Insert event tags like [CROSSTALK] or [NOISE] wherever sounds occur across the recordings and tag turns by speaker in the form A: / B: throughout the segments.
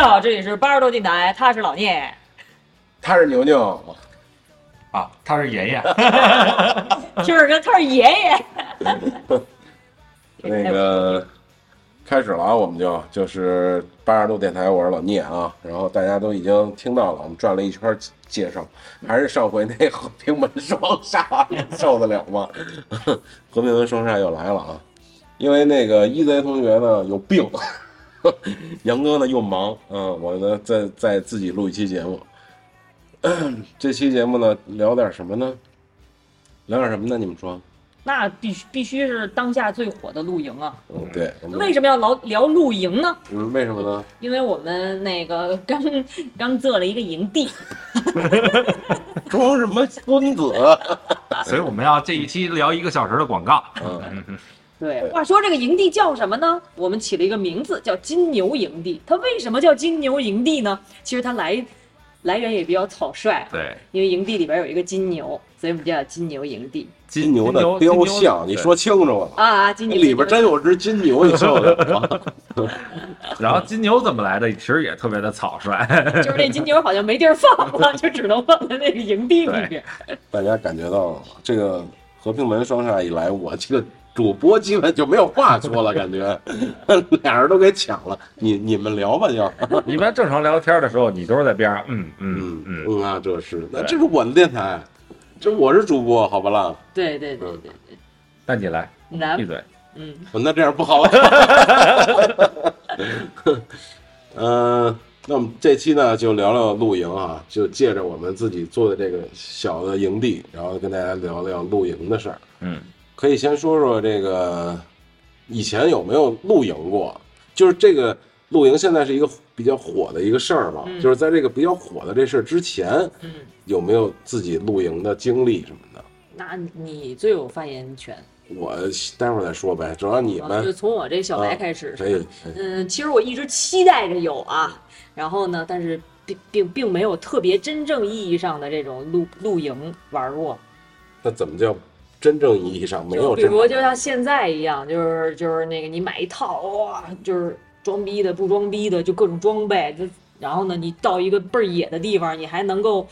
A: 好，这里是八十多电台，他是老 [LAUGHS] 聂，
B: 他是牛牛，
C: 啊，他是爷 [LAUGHS] 爷，
A: 就是跟他是爷爷。
B: 那个开始了啊，我们就就是八十度电台，我是老聂啊。然后大家都已经听到了，我们转了一圈介绍，还是上回那和平门双煞，受得了吗？ [LAUGHS] 和平门双煞又来了啊，因为那个一贼同学呢有病， [LAUGHS] 杨哥呢又忙，嗯，我呢再再自己录一期节目。这期节目呢聊点什么呢？聊点什么呢？你们说？
A: [LAUGHS] 那必须必须是当下最火的露营啊！
B: 嗯，对，我们
A: 为什么要聊聊露营呢？
B: 嗯，为什么呢？
A: 因为我们那个刚 [LAUGHS] 刚做了一个营地，
B: [LAUGHS] 装什么孙子？
C: 所以我们要这一期聊一个小时的广告。
B: 嗯，
A: 对，话说这个营地叫什么呢？我们起了一个名字叫金牛营地。它为什么叫金牛营地呢？其实它来来源也比较草率，啊
C: 对，
A: 因为营地里边有一个金牛，所以我们就叫金牛营地
B: 金牛的雕像，你说清楚了。
A: 啊。金牛
B: 里边真有只金牛，你 [LAUGHS] 受得了吗？
C: 对然后金牛怎么来的，其实也特别的草率。 [LAUGHS]
A: 就是那金牛好像没地儿放
B: [LAUGHS]
A: 了，就只能放在那个营地里边。
B: 大家感觉到了吗这个和平门双煞一来，我这个主播基本就没有话说了，感觉俩人都给抢了。你你们聊吧，就
C: 一般正常聊天的时候，你都是在边上，嗯嗯
B: 嗯
C: 嗯，
B: 嗯啊，这是那
C: 对
B: 这是我的电台，这我是主播，好不啦？
A: 对对对对对，
C: 那你来
A: 难
C: 闭，嘴。
A: 嗯，
B: 那这样不好。 [LAUGHS] 嗯，那我们这期呢就聊聊露营啊，就借着我们自己做的这个小的营地，然后跟大家聊聊露营的事儿。
C: 嗯，
B: 可以先说说这个以前有没有露营过？就是这个露营现在是一个比较火的一个事儿嘛，
A: 嗯
B: 就是在这个比较火的这事儿之前，
A: 嗯
B: 有没有自己露营的经历什么的？
A: 那你最有发言权。啊
B: 我待会儿再说呗，主要你
A: 就
B: 们
A: 从我这小白
B: 啊
A: 开始，
B: 可以。可以
A: 嗯，其实我一直期待着有啊，然后呢，但是并并并没有特别真正意义上的这种露露营玩过，
B: 那怎么叫真正意义上没有
A: 就比
B: 真正
A: 如就像现在一样，就是就是那个你买一套哇，就是装逼的不装逼的，就各种装备，就然后呢，你到一个倍儿野的地方，你还能够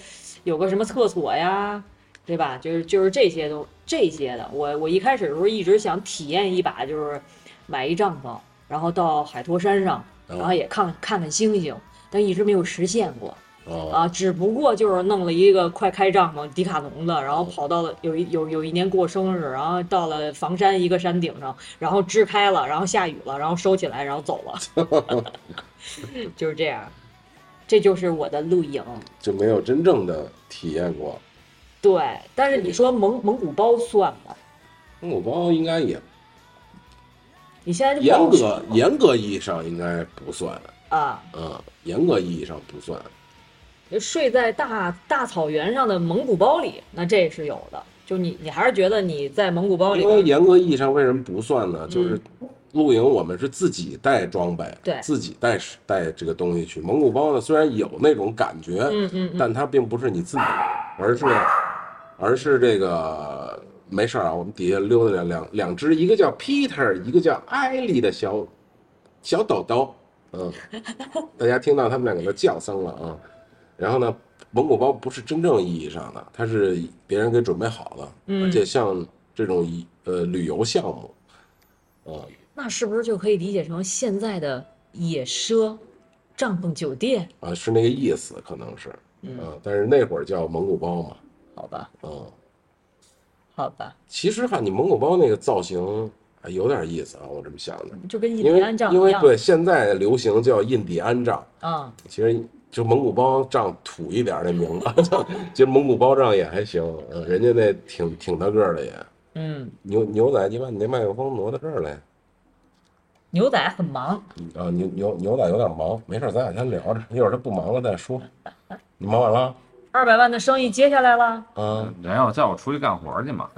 A: 有个什么厕所呀，对吧？就是就是这些都这些的。我我一开始的时候一直想体验一把，就是买一帐篷，然后到海坨山上，
B: 嗯
A: 然后也看看看星星，但一直没有实现过。
B: 哦
A: 啊，只不过就是弄了一个快开帐篷迪卡侬的，然后跑到了有一有有一年过生日，然后到了房山一个山顶上，然后支开了，然后下雨了，然后收起来，然后走了，
B: [LAUGHS]
A: 就是这样，这就是我的露营。
B: 就没有真正的体验过。
A: 对，但是你说蒙蒙古包算吗？
B: 蒙古包应该也
A: 你现在就不
B: 严
A: 好
B: 格
A: 说
B: 严格意义上应该不算，
A: 啊，
B: 嗯，严格意义上不算。
A: 就睡在大大草原上的蒙古包里，那这是有的。就你你还是觉得你在蒙古包里
B: 因为严格意义上为什么不算
A: 嗯
B: 呢？就是露营我们是自己带装备，
A: 对
B: 自己带带这个东西去。蒙古包呢，虽然有那种感觉，
A: 嗯嗯嗯
B: 但它并不是你自己，而是而是这个没事儿啊，我们底下溜达两两两只，一个叫 Peter，一个叫艾莉的小小抖抖，嗯，大家听到他们两个的叫声了啊。然后呢，蒙古包不是真正意义上的，它是别人给准备好的，
A: 嗯
B: 而且像这种一呃旅游项目，啊、
A: 那是不是就可以理解成现在的野奢帐篷酒店？
B: 啊是那个意思，可能是，嗯、但是那会儿叫蒙古包嘛，
A: 好吧，
B: 嗯。
A: 好吧，
B: 其实哈，你蒙古包那个造型还有点意思啊，我这么想的，
A: 就跟印
B: 因
A: 第
B: 为
A: 安帐
B: 因
A: 一
B: 为
A: 样。
B: 对现在流行叫印第安帐，
A: 啊，
B: 其实就蒙古包帐土一点儿那名字， [LAUGHS] 其实蒙古包帐也还行，嗯，人家那挺挺大个儿的也。
A: 嗯，
B: 牛牛仔，你把你那麦克风挪到这儿来
A: 牛仔很忙，
B: 啊！牛牛牛仔有点忙，没事儿，咱俩先聊着，一会儿他不忙了
A: [LAUGHS]
B: 再说。你忙完了？
A: 二百万的生意接下来了， [LAUGHS]
B: 嗯，
C: 然后叫我出去干活去嘛，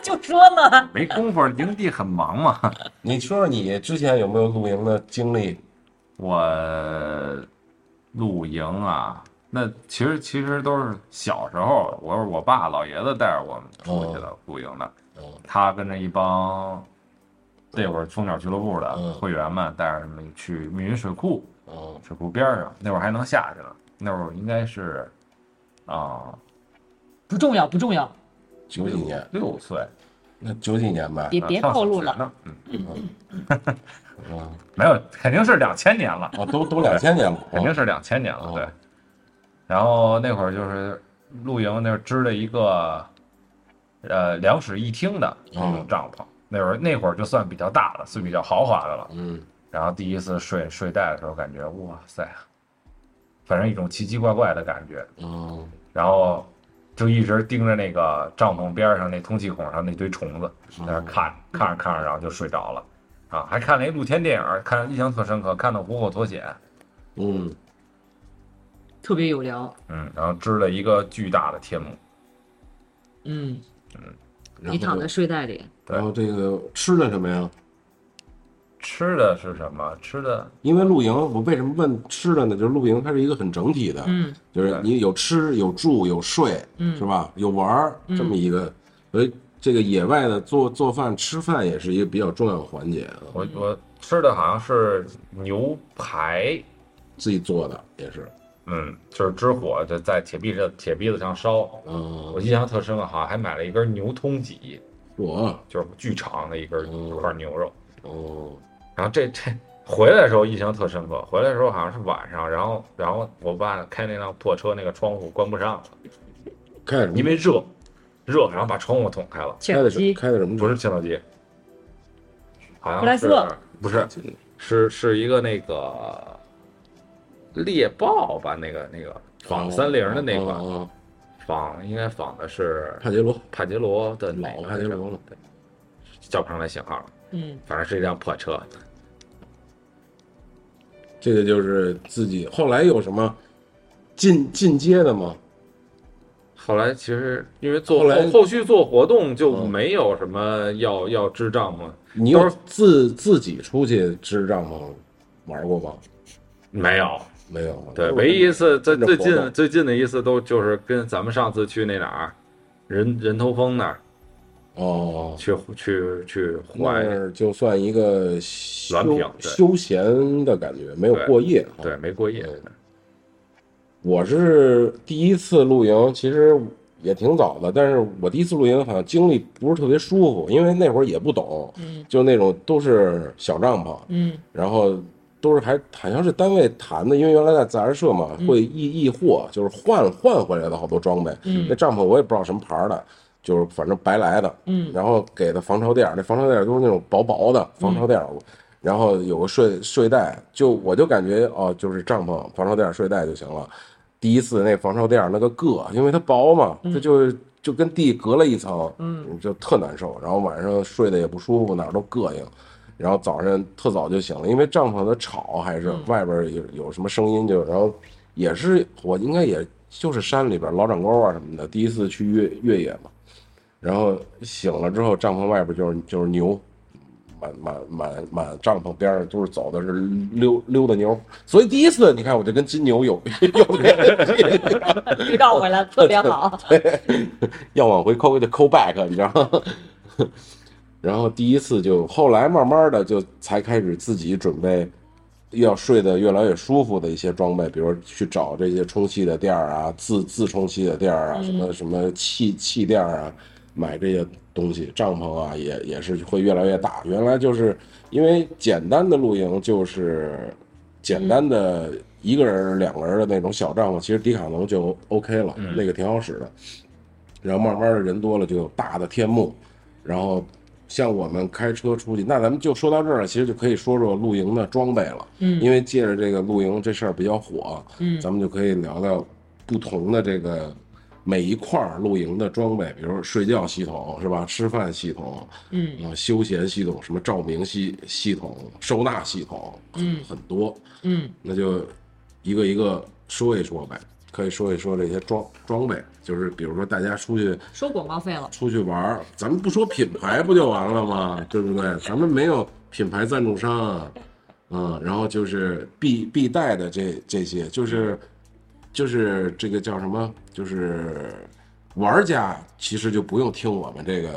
A: 就说呢，
C: 没工夫，营地很忙嘛。
B: 你说说你之前有没有露营的经历？
C: 我露营啊，那其实其实都是小时候，我是我爸老爷子带着我们出去
A: 哦
C: 的露营的，
B: 嗯
C: 他跟着一帮那会儿蜂鸟俱乐部的
B: 嗯
A: 哦
C: 会员们带着他们去密云水库，
B: 嗯哦，
C: 水库边儿上，那会儿还能下去呢。那会儿应该是啊，
A: 不重要，不重要，
B: 九几年，
C: 六岁，
B: 那九几年吧，
A: 别
C: 啊
A: 别
C: 上
A: 透
C: 小
A: 露
C: 学
A: 了。
C: 呢嗯，
B: 嗯，
C: 没有，肯定是两千年了，
B: 哦，都都两千年了，
C: 肯定是两千年了，
B: 哦
C: 对。然后那会儿就是露营，那会儿支了一个呃两室一厅的那
B: 哦
C: 种帐篷。那会儿那会儿就算比较大了，算比较豪华的了。
B: 嗯，
C: 然后第一次睡睡袋的时候，感觉哇塞，反正一种奇奇怪怪的感觉。
B: 嗯，
C: 然后就一直盯着那个帐篷边上那通气孔上那堆虫子，
B: 哦
C: 在那儿看看着看着，然后就睡着了。啊，还看了一露天电影，看印象特深刻，看到虎口脱险，
B: 嗯，
A: 特别有聊。
C: 嗯，然后织了一个巨大的天幕，
A: 嗯，
B: 然
A: 你躺
B: 后
A: 在睡袋里，
B: 然后这个吃的什么呀？
C: 吃的是什么？吃的
B: 因为露营，我为什么问吃的呢？就是露营它是一个很整体的，
A: 嗯，
B: 就是
C: 对
B: 你有吃有住有睡，
A: 嗯
B: 是吧？有玩儿这么一个，所以这个野外的做做饭吃饭也是一个比较重要的环节啊，
C: 我
A: 嗯
C: 我吃的好像是牛排，
B: 自己做的也是，
C: 嗯，就是支火就在铁壁这铁篦子上烧。
B: 嗯
C: 我，印象特深啊，好像还买了一根牛通脊，
B: 我，
C: 就是巨长的一根
B: 嗯
C: 一块牛肉。
B: 哦，
C: 然后这这回来的时候印象特深刻，回来的时候好像是晚上，然后然后我爸开那辆破车，那个窗户关不上了，
B: 开的什
C: 因
B: 么？
C: 为热，热，然后把窗户捅开了，
A: 切
B: 开
A: 尔
B: 的是
A: 西
B: 开的什么
C: 不
B: 车？
C: 是切诺基，好
A: 克莱
C: 像
A: 斯
C: 是
A: 勒
C: 不是是是一个那个猎豹吧，那个那个仿三菱的那款，
B: 哦哦哦
C: 仿应该仿的是
B: 帕杰罗，
C: 帕杰罗的哪
B: 老
C: 个
B: 帕杰罗了
C: 对，叫不上来型号了，
A: 嗯，
C: 反正是一辆破车。
B: 这个就是自己后来有什么进进阶的吗？
C: 后来其实因为做
B: 后来嗯
C: 后后续做活动就没有什么要要支帐篷，
B: 你
C: 都
B: 有
C: 是
B: 自自己出去支帐篷玩过吗？
C: 没有。
B: 没有，啊
C: 对，唯一一次最
B: 跟着
C: 最
B: 活动
C: 近最近的一次都就是跟咱们上次去那哪儿，人人头峰那儿
B: 哦，
C: 去去去户
B: 那
C: 外，
B: 儿就算一个休
C: 蓝屏对
B: 休闲的感觉，没有
C: 对
B: 过夜。啊
C: 对，，没过夜。
B: 我是第一次露营，其实也挺早的，但是我第一次露营好像经历不是特别舒服，因为那会儿也不懂，
A: 嗯
B: 就那种都是小帐篷，
A: 嗯
B: 然后都是还好像是单位谈的，因为原来在自然社嘛，会易易货，就是换换回来的好多装备。那
A: 嗯
B: 帐篷我也不知道什么牌儿的，就是反正白来的。
A: 嗯
B: 然后给的防潮垫儿，那防潮垫儿都是那种薄薄的防潮垫儿，然后有个睡睡袋，就我就感觉哦，就是帐篷、防潮垫儿、睡袋就行了。第一次那防潮垫儿那个硌，因为它薄嘛，它就就跟地隔了一层，
A: 嗯，
B: 就特难受。然后晚上睡得也不舒服，哪儿都膈应。然后早上特早就醒了，因为帐篷的吵还是
A: 嗯
B: 外边儿有有什么声音就，然后也是我应该也就是山里边儿老掌沟啊什么的，第一次去越越野嘛，然后醒了之后，帐篷外边就是就是牛，满满满满帐篷边上都是走的是溜溜达牛，所以第一次你看我就跟金牛有 [LAUGHS] 有联系，
A: 绕回
B: [LAUGHS]
A: 来特别好。
B: 要往回抠就抠 back，你知道吗？ [LAUGHS] 然后第一次就后来慢慢的就才开始自己准备。要睡得越来越舒服的一些装备，比如去找这些充气的垫儿啊，自自充气的垫儿啊，什么什么气气垫儿啊，买这些东西，帐篷啊，也也是会越来越大。原来就是因为简单的露营，就是简单的一个人儿、两个人儿的那种小帐篷，其实迪卡侬就 OK 了，那个挺好使的。然后慢慢的人多了，就有大的天幕，然后像我们开车出去，那咱们就说到这儿了，其实就可以说说露营的装备了。
A: 嗯
B: 因为借着这个露营这事儿比较火，
A: 嗯
B: 咱们就可以聊聊不同的这个每一块儿露营的装备，比如说睡觉系统是吧，吃饭系统，
A: 嗯
B: 呃，休闲系统，什么照明系系统、收纳系统，
A: 嗯
B: 很多，
A: 嗯
B: 那就一个一个说一说呗，可以说一说这些装装备，就是比如说大家出去。
A: 收广告费了。
B: 出去玩儿，咱们不说品牌不就完了吗？对不对？咱们没有品牌赞助商啊，嗯，然后就是必必带的这这些，就是就是这个叫什么？就是玩家其实就不用听我们这个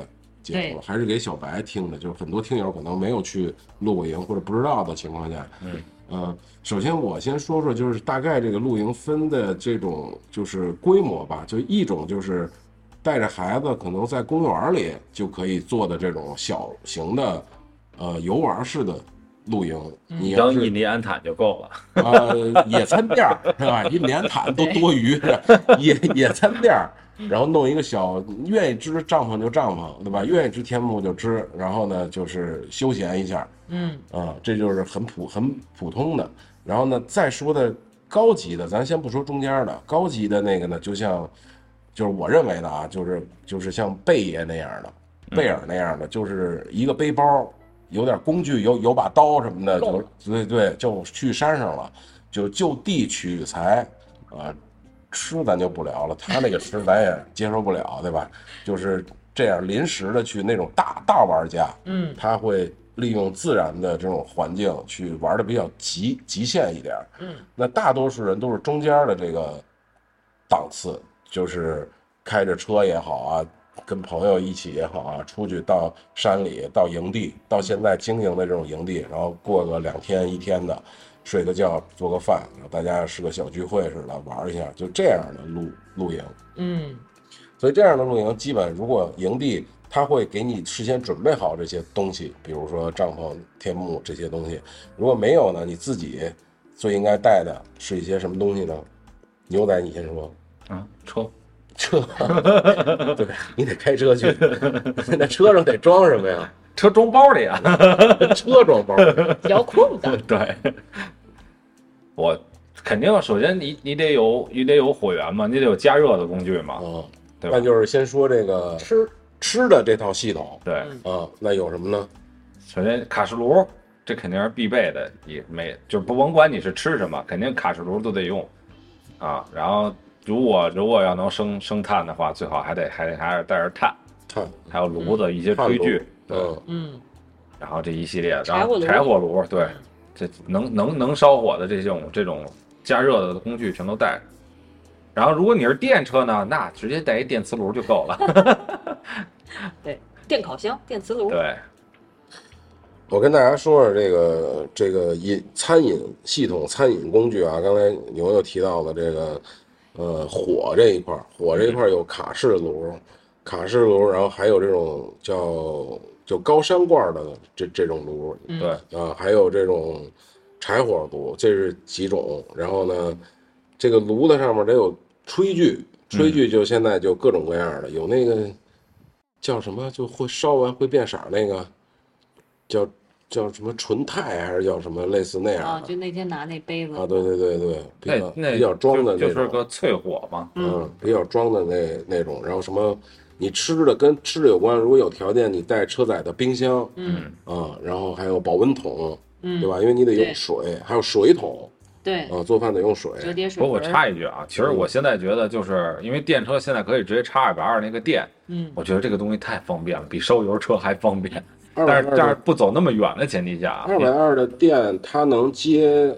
B: 接触了，还是给小白听的，就是很多听友可能没有去露过营或者不知道的情况下，
C: 嗯，
B: 呃，首先我先说说就是大概这个露营分的这种就是规模吧，就一种就是带着孩子可能在公园里就可以做的这种小型的呃游玩式的露营，你要
D: 当
B: 是
D: 印第安毯就够了。
B: 呃，野餐垫儿是吧？一连毯都多余，野野餐垫儿，然后弄一个小，愿意支帐篷就帐篷，对吧？愿意支天幕就支，然后呢就是休闲一下啊、
A: 嗯
B: 这就是很普很普通的。然后呢，再说的高级的，咱先不说中间儿的，高级的那个呢，就像就是我认为的啊，就是就是像贝爷那样的，贝尔那样的，就是一个背包，有点工具，有有把刀什么的，
C: 够
B: 就
C: 了
B: 对对，就去山上了，就就地取材啊、吃咱就不聊了，他那个吃咱也接受不了，对吧？就是这样临时的去那种大大玩家，
A: 嗯
B: 他会利用自然的这种环境去玩的比较极极限一点儿。
A: 嗯，
B: 那大多数人都是中间的这个档次，就是开着车也好啊，跟朋友一起也好啊，出去到山里、到营地，到现在经营的这种营地，然后过个两天一天的，睡个觉，做个饭，然后大家是个小聚会似的玩一下，就这样的露露营。
A: 嗯
B: 所以这样的露营，基本如果营地他会给你事先准备好这些东西，比如说帐篷、天幕这些东西。如果没有呢，你自己最应该带的是一些什么东西呢？牛仔，你先说。
C: 啊，车
B: 车，对你得开车 [LAUGHS] 去，那车上得装什么呀？
C: 车装包里啊。
B: 车装 [LAUGHS] 包，
A: 遥控的，
C: [LAUGHS] 对，我肯定首先你你得有你得有火源嘛，你得有加热的工具嘛，
B: 嗯，
C: 对吧
B: 那？就是先说这个
A: 吃
B: 吃的这套系统
C: 对，
A: 嗯
B: 啊，那有什么呢？
C: 首先卡式炉这肯定是必备的，也没就是不甭管你是吃什么，肯定卡式炉都得用啊。然后如果如果要能生生炭的话，最好还得还得还是带着炭，
B: 炭，
C: 还有炉子一些
B: 炭
C: 炊
B: 炉
C: 具，
B: 嗯，
A: 嗯
C: 然后这一系列，
A: 柴
C: 然
A: 火
C: 后
A: 炉
C: 柴火炉，对，这能能能烧火的这种这种加热的工具全都带着。然后如果你是电车呢，那直接带一电磁炉就够了。
A: [LAUGHS] 对，电烤箱、电磁炉，
C: 对，
B: 我跟大家说说这个这个饮餐饮系统、餐饮工具啊。刚才牛牛提到了这个，呃，火这一块儿，火这一块儿有卡式炉，卡式炉，然后还有这种叫就高山罐儿的这这种炉，
A: 嗯
C: 对
B: 啊，还有这种柴火炉，这是几种。然后呢，这个炉子上面得有炊具，炊具就现在就各种各样的，有那个叫什么，就会烧完会变色儿那个，叫叫什么纯钛啊还是叫什么类似那
A: 啊，
B: 样的
A: 就那天拿那杯子
B: 啊？，对对对对，比较
C: 那那
B: 比较装的那
C: 就就是
B: 种，
C: 个淬火嘛。
B: 嗯，比较装的那那种。然后什么，你吃的跟吃的有关，如果有条件，你带车载的冰箱
A: 嗯
B: 啊，然后还有保温桶。
A: 嗯，
B: 对吧？因为你得用
A: 对
B: 水，还有水桶
A: 对，
B: 啊，做饭得用水。
A: 折叠水
C: 不过
A: 盆
C: 我
A: 儿，
C: 插一句啊，其实
B: 嗯
C: 我现在觉得就是因为电车现在可以直接插二百二那个电，
A: 嗯
C: 我觉得这个东西太方便了，比烧油车还方便。
B: 二百
C: 但是但是
B: 二
C: 不走那么远的前提下啊，
B: 二百二的电，它能接，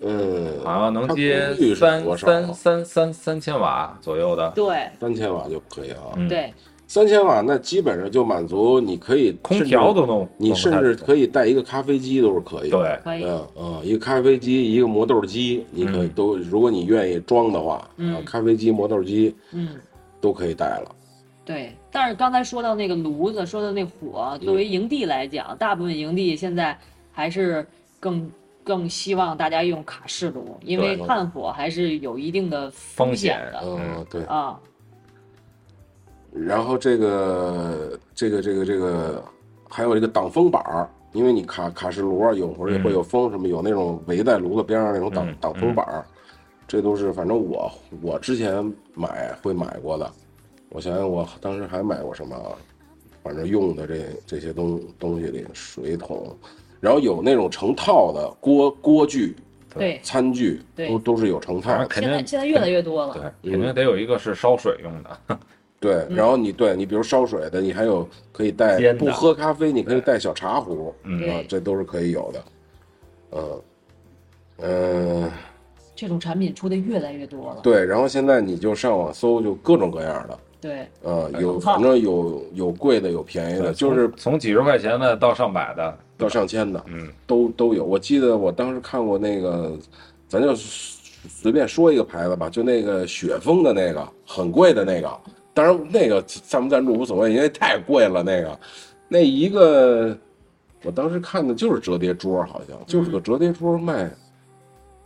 B: 嗯，
C: 好像能接
B: 它功率是
C: 三
B: 多少啊
C: 三三三三千瓦左右的。
A: 对
B: 三千瓦就可以啊。
C: 嗯
A: 对，
B: 三千瓦那基本上就满足，你可以
C: 空
B: 甚至
C: 调都弄，
B: 你
C: 弄不
B: 甚
C: 太
B: 至可以带一个咖啡机都是可以。，
C: 对，
A: 可以，
B: 嗯嗯，一个咖啡机，一个磨豆机，你可以
C: 嗯
B: 都，如果你愿意装的话，啊
A: 嗯，
B: 咖啡机、磨豆机
A: 嗯。
B: 都可以带了。
A: 对，但是刚才说到那个炉子，说到那火，作为
B: 嗯
A: 营地来讲，大部分营地现在还是更更希望大家用卡式炉，因为
B: 对
A: 炭火还是有一定的
C: 风
A: 风险
C: 险
A: 的
B: 嗯，对。
A: 啊。
B: 然后这个这个这个这个，还有这个挡风板儿，因为你卡卡式炉啊，有时候也会有风什么，有那种围在炉子边上那种挡
C: 嗯
B: 挡风板儿，这都是反正我我之前买会买过的，我想想我当时还买过什么啊，反正用的这这些东东西里水桶，然后有那种成套的锅锅具、
A: 对，
B: 餐具，
A: 对
B: 都都是有成套
C: 反
B: 的
C: 正。肯
A: 现在
C: 定
A: 现在越来越多
B: 嗯
A: 了。
C: 对，肯定得有一个是烧水用的，
B: 对，然后你对你比如烧水的，你还有可以带
C: 煎的嗯
B: 不喝咖啡，你可以带小茶壶，
A: 对
B: 啊，这都是可以有的。嗯，嗯，
A: 这种产品出的越来越多了。
B: 对，然后现在你就上网搜，就各种各样的，
A: 对，
B: 啊，
C: 哎
B: 有
A: 很烫
B: 反正有有贵的，有便宜的，呃就是
C: [LAUGHS] 从从几十块钱的到上百的，
B: 到上千的
C: 嗯
B: 都都有。我记得我当时看过那个，咱就随便说一个牌子吧，就那个雪峰的那个，很贵的那个。当然那个赞不赞助无所谓，因为太贵了那个，那一个我当时看的就是折叠桌，好像就是个折叠桌卖，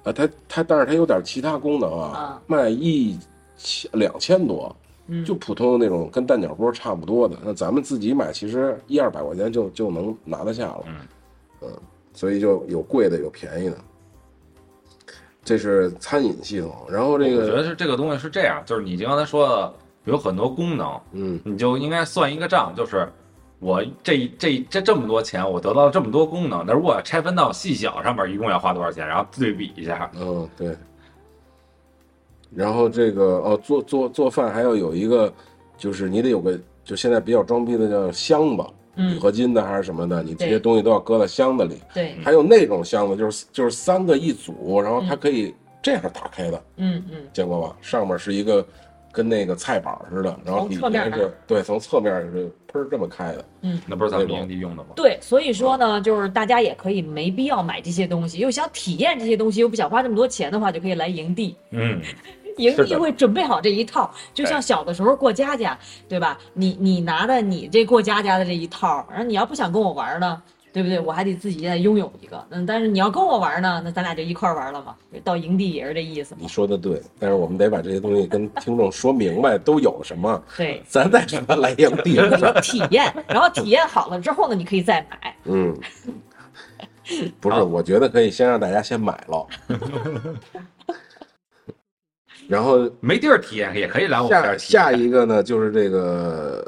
B: 啊，它它但是它有点其他功能啊
A: 啊，
B: 卖一千两千多，
A: 嗯，
B: 就普通的那种跟蛋饺锅差不多的。那咱们自己买，其实一二百块钱就就能拿得下了。
C: 嗯
B: 所以就有贵的，有便宜的。这是餐饮系统，然后这
C: 我觉
B: 个
C: 得是这个东西是这样，就是你刚才说的有很多功能，
B: 嗯
C: 你就应该算一个账，就是我这这这这么多钱，我得到了这么多功能，那如果拆分到细小上面，一共要花多少钱，然后对比一下，
B: 嗯对，然后这个哦做做做饭还要有一个，就是你得有个就现在比较装逼的叫箱吧，铝
A: 嗯，
B: 合金的还是什么的，你这些
A: 对
B: 东西都要搁到箱子里。
A: 对，
C: 嗯
B: 还有那种箱子，就是就是三个一组，然后它可以这样打开的，
A: 嗯嗯，
B: 见过吧？上面是一个跟那个菜板似的，然后
A: 从
B: 里
A: 侧面
B: 面是对，从侧面是喷这么开的。
A: 嗯
C: 那不是咱们营地用的吗？
A: 对，所以说呢，就是大家也可以没必要买这些东西，又想体验这些东西，又不想花这么多钱的话，就可以来营地。
C: 嗯，
A: 营
C: 是
A: 地
C: 的
A: 会准备好这一套，就像小的时候过家家，对吧？你你拿的你这过家家的这一套，然后你要不想跟我玩呢，对不对？我还得自己再拥有一个。嗯，但是你要跟我玩呢，那咱俩就一块儿玩了嘛。到营地也是这意思嘛
B: 你。说的对，但是我们得把这些东西跟听众说明白，都有什么，，
A: 对
B: 咱再说他来营地的事儿。
A: 体验，然后体验好了之后呢，你可以再买。
B: 嗯，不是，我觉得可以先让大家先买了， [LAUGHS] 然后
C: 没地儿体验也可以来我们这
B: 下
C: 儿体验
B: 下一个呢，就是这个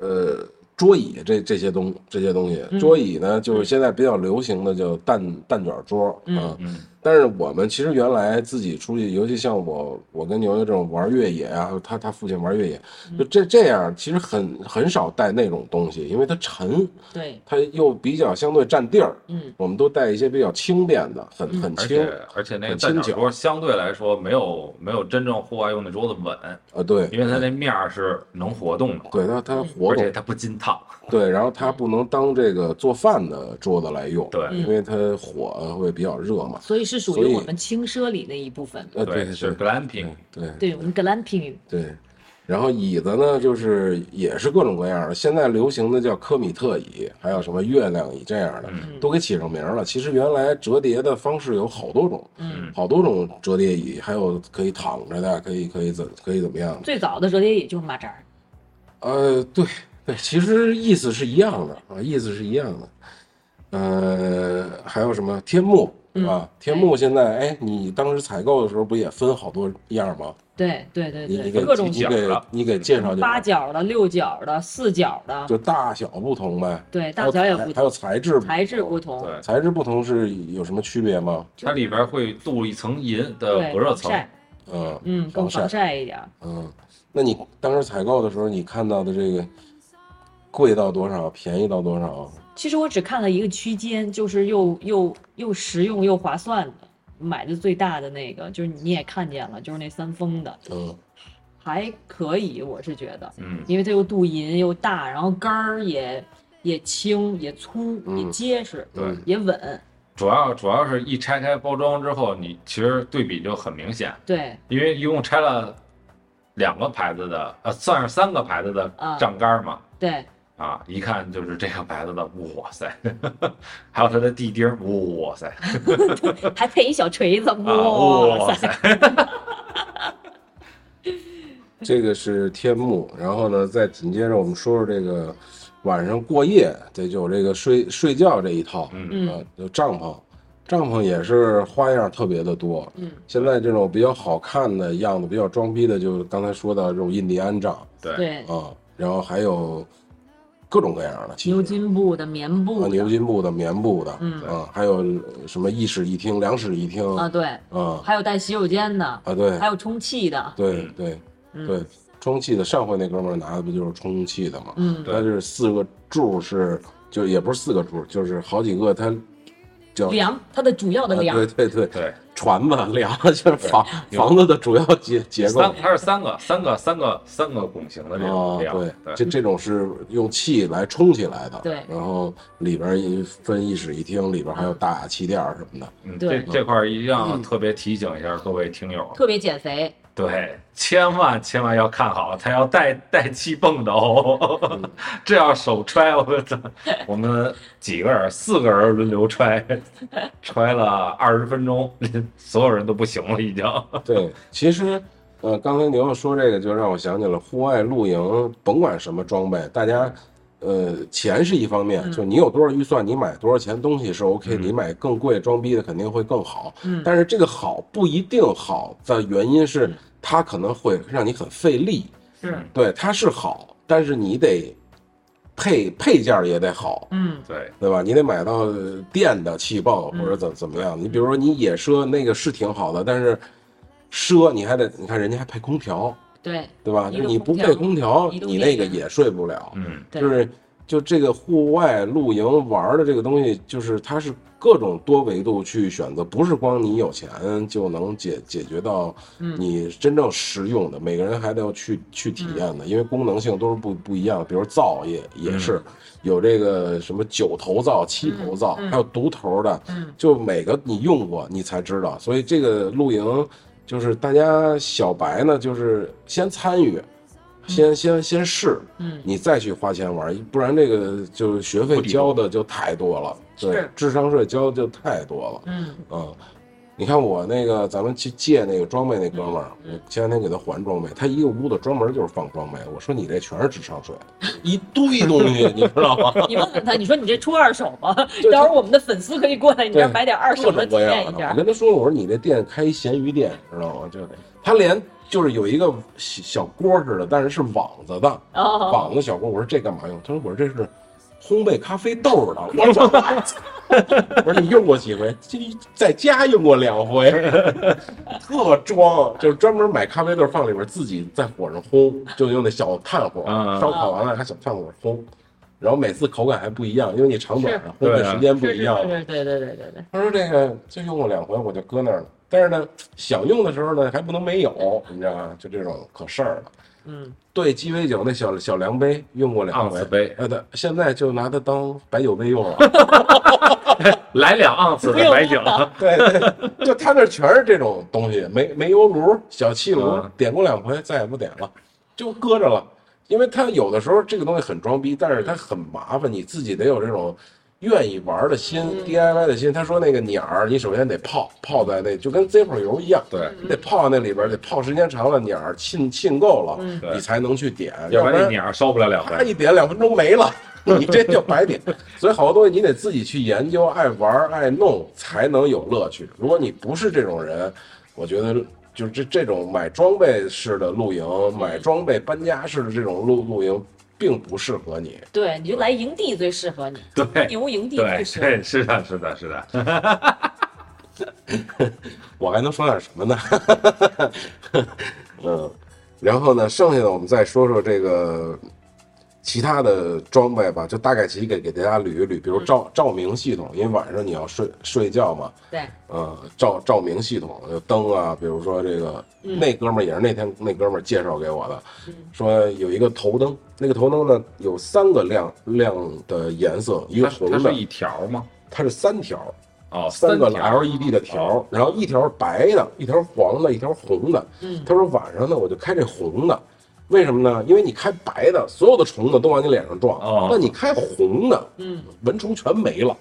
B: 呃桌椅这这些东这些东西，
A: 嗯
B: 桌椅呢就是现在比较流行的叫蛋蛋卷桌
A: 嗯
B: 啊，
C: 嗯
B: 但是我们其实原来自己出去，尤其像我我跟牛牛这种玩越野啊，他他父亲玩越野，就这这样其实很很少带那种东西，因为它沉，
A: 对，
B: 它又比较相对占地儿，
A: 嗯，
B: 我们都带一些比较轻便的，很很
C: 而
B: 轻啊、
C: 且而且那个
B: 很轻
C: 蛋饺桌相对来说没有没有真正户外用的桌子稳，
B: 呃对
C: 因为它那面儿是能活动的，
B: 对，它它活动
C: 而
B: 啊
C: 且它不金烫，
B: 对，然后它不能当这个做饭的桌子来用，
C: 对
B: 因为它火会比较热嘛。
A: 所以是属
B: 所以
A: 于我们轻奢里那一部分。
B: 呃，对嗯
C: 是 glamping，
B: 对
A: 对我们 glamping，
B: 对。然后椅子呢，就是也是各种各样的，现在流行的叫科米特椅，还有什么月亮椅这样的，
C: 嗯
B: 都给起上名了。其实原来折叠的方式有好多种，
A: 嗯，
B: 好多种折叠椅，还有可以躺着的，可以可以怎可以怎么样的。
A: 最早的折叠椅就是马扎儿。
B: 呃，对对，其实意思是一样的啊，意思是一样的。呃，还有什么天幕是
A: 嗯
B: 吧？天幕现在哎，你当时采购的时候不也分好多样吗？
A: 对对对
B: 你你
A: 对，
B: 给
A: 各种啊
B: 你
C: 角
B: 给
C: 了
B: 你给介绍介
A: 八
B: 绍，
A: 角的、六角的、四角的，
B: 就大小不同呗，
A: 对，
B: 还
A: 大
B: 有
A: 小也
B: 材
A: 不
B: 还
A: 同，
B: 有材质不
A: 材质
B: 同
A: 不同，
C: 对，
B: 材质不同是有什么区别吗？
C: 它里边会镀一层银的
A: 对，
C: 隔热
A: 防
C: 层，
A: 晒，
B: 嗯
A: 嗯，更
B: 防
A: 防
B: 晒
A: 晒一点儿。
B: 嗯，那你当时采购的时候，你看到的这个贵到多少，便宜到多少？
A: 其实我只看了一个区间，就是又又又实用又划算的，买的最大的那个，就是你也看见了，就是那三丰的，
B: 嗯
A: 还可以，我是觉得，
C: 嗯，
A: 因为它又镀银又大，然后杆儿也也轻也粗也
B: 嗯
A: 结实，
C: 对
A: 也稳，
C: 主要主要是一拆开包装之后，你其实对比就很明显，
A: 对
C: 因为一共拆了两个牌子的，呃，算是三个牌子的
A: 啊
C: 账杆嘛，
A: 对
C: 啊，一看就是这个牌子的，哇塞， [LAUGHS] 还有它的地钉儿，哇塞，
A: 对，还配一小锤子，
C: 啊，
A: 哇塞！
C: 塞，
A: [LAUGHS]
B: 这个是天幕，然后呢，再紧接着我们说说这个晚上过夜，得有这个睡睡觉这一套，
C: 嗯，
A: 嗯
B: 啊，有帐篷，帐篷也是花样特别的多。
A: 嗯，
B: 现在这种比较好看的样子，比较装逼的，就是刚才说到这种印第安帐
C: 对，
A: 对，
B: 啊，然后还有各种各样的，其实
A: 牛津布的、棉
B: 啊，
A: 布
B: 牛
A: 的，
B: 津布的、棉布的，
A: 嗯
B: 啊，还有什么一室一厅、两室一厅
A: 啊，对，
B: 啊
A: 还有带洗手间的，
B: 啊，对
A: 还有充气的，
B: 对对
A: 嗯
B: 对，充气的，上回那哥们儿拿的不就是充气的吗？
A: 嗯，
B: 它是四个柱是，就也不是四个柱，就是好几个它叫
A: 梁，它的主要的
B: 啊
A: 梁
B: 对，对对，
C: 对，
B: 船子聊的就是房
C: 对
B: 房子的主要结结构
C: 三，它是三个三个三个三个拱形的这种
B: 啊，
C: 这样，
B: 对，这
C: 对
B: 这种是用气来冲起来的，
A: 对
B: 然后里边一分一室一厅，里边还有大雅气垫儿什么的，
C: 嗯，这
A: 对嗯
C: 这块儿一定要特别提醒一下各位听友，
A: 特别减肥。
C: 对，千万千万要看好，他要带带气泵的哦，
A: 嗯
C: [LAUGHS] 这要手揣，我操，我们几个人，四个人轮流揣，揣了二十分钟，所有人都不行了，已经。
B: 对，其实，呃，刚才牛牛说这个，就让我想起了户外露营，甭管什么装备，大家，呃，钱是一方面，
A: 嗯
B: 就你有多少预算，你买多少钱东西是 OK，、
C: 嗯
B: 你买更贵装逼的肯定会更好。
A: 嗯
B: 但是这个好不一定好的原因是，它可能会让你很费力。
A: 是，
B: 对，它是好，但是你得配配件儿也得好。
A: 嗯
C: 对，
B: 对吧？你得买到电的气泵
A: 嗯
B: 或者怎怎么样？你比如说你野奢那个是挺好的，但是奢你还得你看人家还配空调，
A: 对
B: 对吧？
A: 移动
B: 你不
A: 空调
B: 配空调，
A: 移动
B: 你那
A: 电
B: 个
A: 源
B: 也睡不了。
C: 嗯，
A: 对，
B: 就是就这个户外露营玩的这个东西，就是它是各种多维度去选择，不是光你有钱就能解解决到
A: 嗯
B: 你真正实用的。每个人还得要去去体验的，因为功能性都是不不一样的。比如灶也也是有这个什么九头灶、七头灶，
A: 嗯嗯
B: 还有独头的，
A: 嗯
B: 就每个你用过你才知道。所以这个露营就是大家小白呢，就是先参与。先先先试，
A: 嗯
B: 你再去花钱玩，不然这个就是学费交的就太多了，对
A: 是，
B: 智商税交的就太多了，
A: 嗯
B: 嗯。你看我那个，咱们去借那个装备那哥们儿，
A: 嗯
B: 我前两天给他还装备，他一个屋子专门就是放装备。我说你这全是智商
A: [LAUGHS]
B: 税，一堆东西，你知道吗？
A: 你问问他，你说你这出二手吗？
B: 对
A: 到时候我们的粉丝可以过 [LAUGHS] 来你这儿
B: 对
A: 买点二手
B: 各
A: 的
B: 种
A: 体
B: 各
A: 验
B: 样
A: 一
B: 的。我
A: 下。
B: 跟他说了，我说你这店开咸鱼店，知道吗？就他连就是有一个小小锅似的，但是是网子的，
A: 哦，
B: 绑个小锅，我说这干嘛用？他说我说这是烘焙咖啡豆的。我说我说你用过几回？这在家用过两回，特装，就是专门买咖啡豆放里边，自己在火上烘，就用那小炭火
C: 嗯，
B: 烧烤完了还小炭火烘，然后每次口感还不一样，因为你长短啊，烘
C: 对
B: 焙
C: 啊
B: 时间不
A: 是
B: 一
A: 是
B: 样。
A: 是，对对对对对，
B: 他说这个就用过两回，我就搁那儿了。但是呢，想用的时候呢，还不能没有，你知道吧？就这种可事儿了。
A: 嗯
B: 对鸡尾酒那小小量杯用过两
C: 盎
B: 回
C: 司，杯，
B: 呃，对，现在就拿它当白酒杯用了。
C: 来两盎司的白酒，
B: [LAUGHS] 对对，就他那全是这种东西，煤煤油炉、小气炉
C: 嗯，
B: 点过两回，再也不点了，就搁着了。因为他有的时候这个东西很装逼，但是
C: 嗯
B: 他很麻烦，你自己得有这种愿意玩的心、DIY 的心。他说那个鸟儿，你首先得泡，泡在那就跟 Zippo 油一样，
C: 对，
B: 你得泡在那里边，得泡时间长了，鸟儿沁沁够了，
A: 嗯
C: 对
B: 你才能去点，
C: 要不
B: 不
C: 然
B: 然
C: 那鸟烧不了两
B: 啪
A: 哎
C: 回。
B: 一点两分钟没了， [LAUGHS] 你这就白点。所以好多东西你得自己去研究、爱玩、爱弄，才能有乐趣。如果你不是这种人，我觉得就是这这种买装备式的露营、买装备搬家式的这种露露营，并不适合你。
A: 对，你就来营地最适合你，
C: 对
A: 牛营地
C: 对
A: 最适合你。
C: 对，是的，是的，是的，
B: 我还能说点什么呢？ [LAUGHS] 嗯，然后呢，剩下的我们再说说这个其他的装备吧，就大概其给给大家捋一捋，比如照照明系统，因为晚上你要睡睡觉嘛，
A: 对，
B: 呃照照明系统，就灯啊，比如说这个、那哥们儿也是那天那哥们儿介绍给我的，说有一个头灯，那个头灯呢有三个亮亮的颜色，一
C: 它
B: 个
C: 是
B: 红
C: 它
B: 的，
C: 是一条吗？
B: 它是三条，
C: 哦，
B: 三个
C: 条哦
B: LED 的条，然后一条是白的，一条是黄的，一条是红的。
A: 嗯
B: 他说晚上呢我就开这红的，为什么呢？因为你开白的，所有的虫子都往你脸上撞，
C: 哦
B: 但你开红的，
A: 嗯，
B: 蚊虫全没
A: [LAUGHS]
B: 了，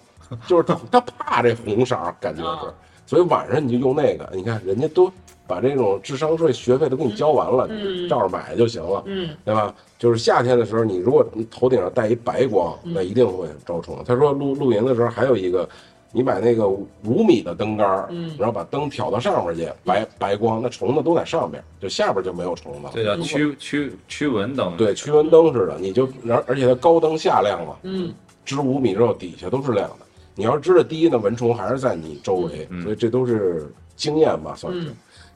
B: 就是他他怕这红色儿，感觉是
A: 哦，
B: 所以晚上你就用那个，你看人家都把这种智商税学费都给你交完了，
A: 嗯
B: 你照着买就行了，
A: 嗯
B: 对吧？就是夏天的时候，你如果头顶上带一白光，
A: 嗯
B: 那一定会招虫。他说露露营的时候还有一个，你买那个五米的灯杆儿，
A: 嗯
B: 然后把灯挑到上面去，白白光，那虫子都在上面，就下边就没有虫子了。
C: 这叫驱驱驱蚊灯。
B: 对，驱蚊灯似的，你就然后而且它高灯下亮嘛，
A: 嗯
B: 支五米之后底下都是亮的。你要是知道，第一呢，蚊虫还是在你周围，
C: 嗯
B: 所以这都是经验吧，算是，
A: 嗯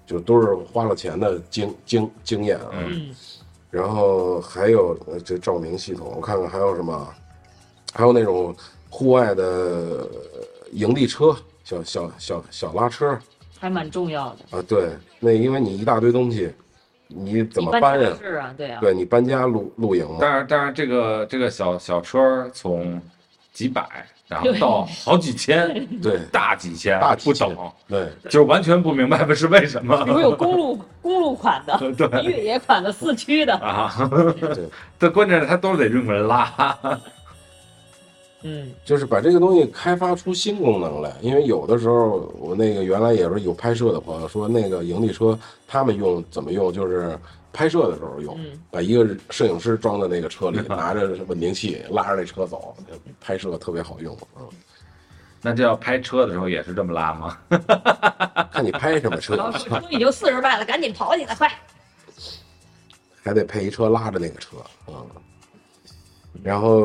B: 就都是花了钱的经经经验啊。
C: 嗯
A: 嗯，
B: 然后还有呃这照明系统，我看看还有什么啊，还有那种户外的呃营地车，小小小小拉车，
A: 还蛮重要的。
B: 啊，对，那因为你一大堆东西，你怎
A: 你
B: 么
A: 搬
B: 搬
A: 家
B: 呀？
A: 是啊，对啊，
B: 对你搬家露露营嘛，
C: 但是但是这个这个小小车从几百，然后
A: 对
C: 到好
A: [LAUGHS]
C: 几千，
B: 对
C: 大几千，
B: 大几
C: 不
B: 千
C: 等，
B: 对，
C: 就是完全不明白为是为什么。
A: 比如有公路 [LAUGHS] 公路款的、
C: [LAUGHS] 对
A: 越野款的、四驱
C: [LAUGHS]
A: 的，
C: 啊
B: 对，
C: 这关键是他都得用人拉。 [LAUGHS]
A: 嗯，
B: 就是把这个东西开发出新功能来。因为有的时候我那个原来也是有拍摄的朋友说，那个营地车他们用怎么用，就是拍摄的时候用
A: 嗯，
B: 把一个摄影师装在那个车里，拿着稳定器拉着那车走，拍摄特别好用。嗯，
C: 那这要拍车的时候也是这么拉吗？
B: 看你拍什么
A: [LAUGHS]
B: 车，
A: 老师说你就四十迈了，赶紧跑起来，快！
B: 还得配一车拉着那个车，嗯。然后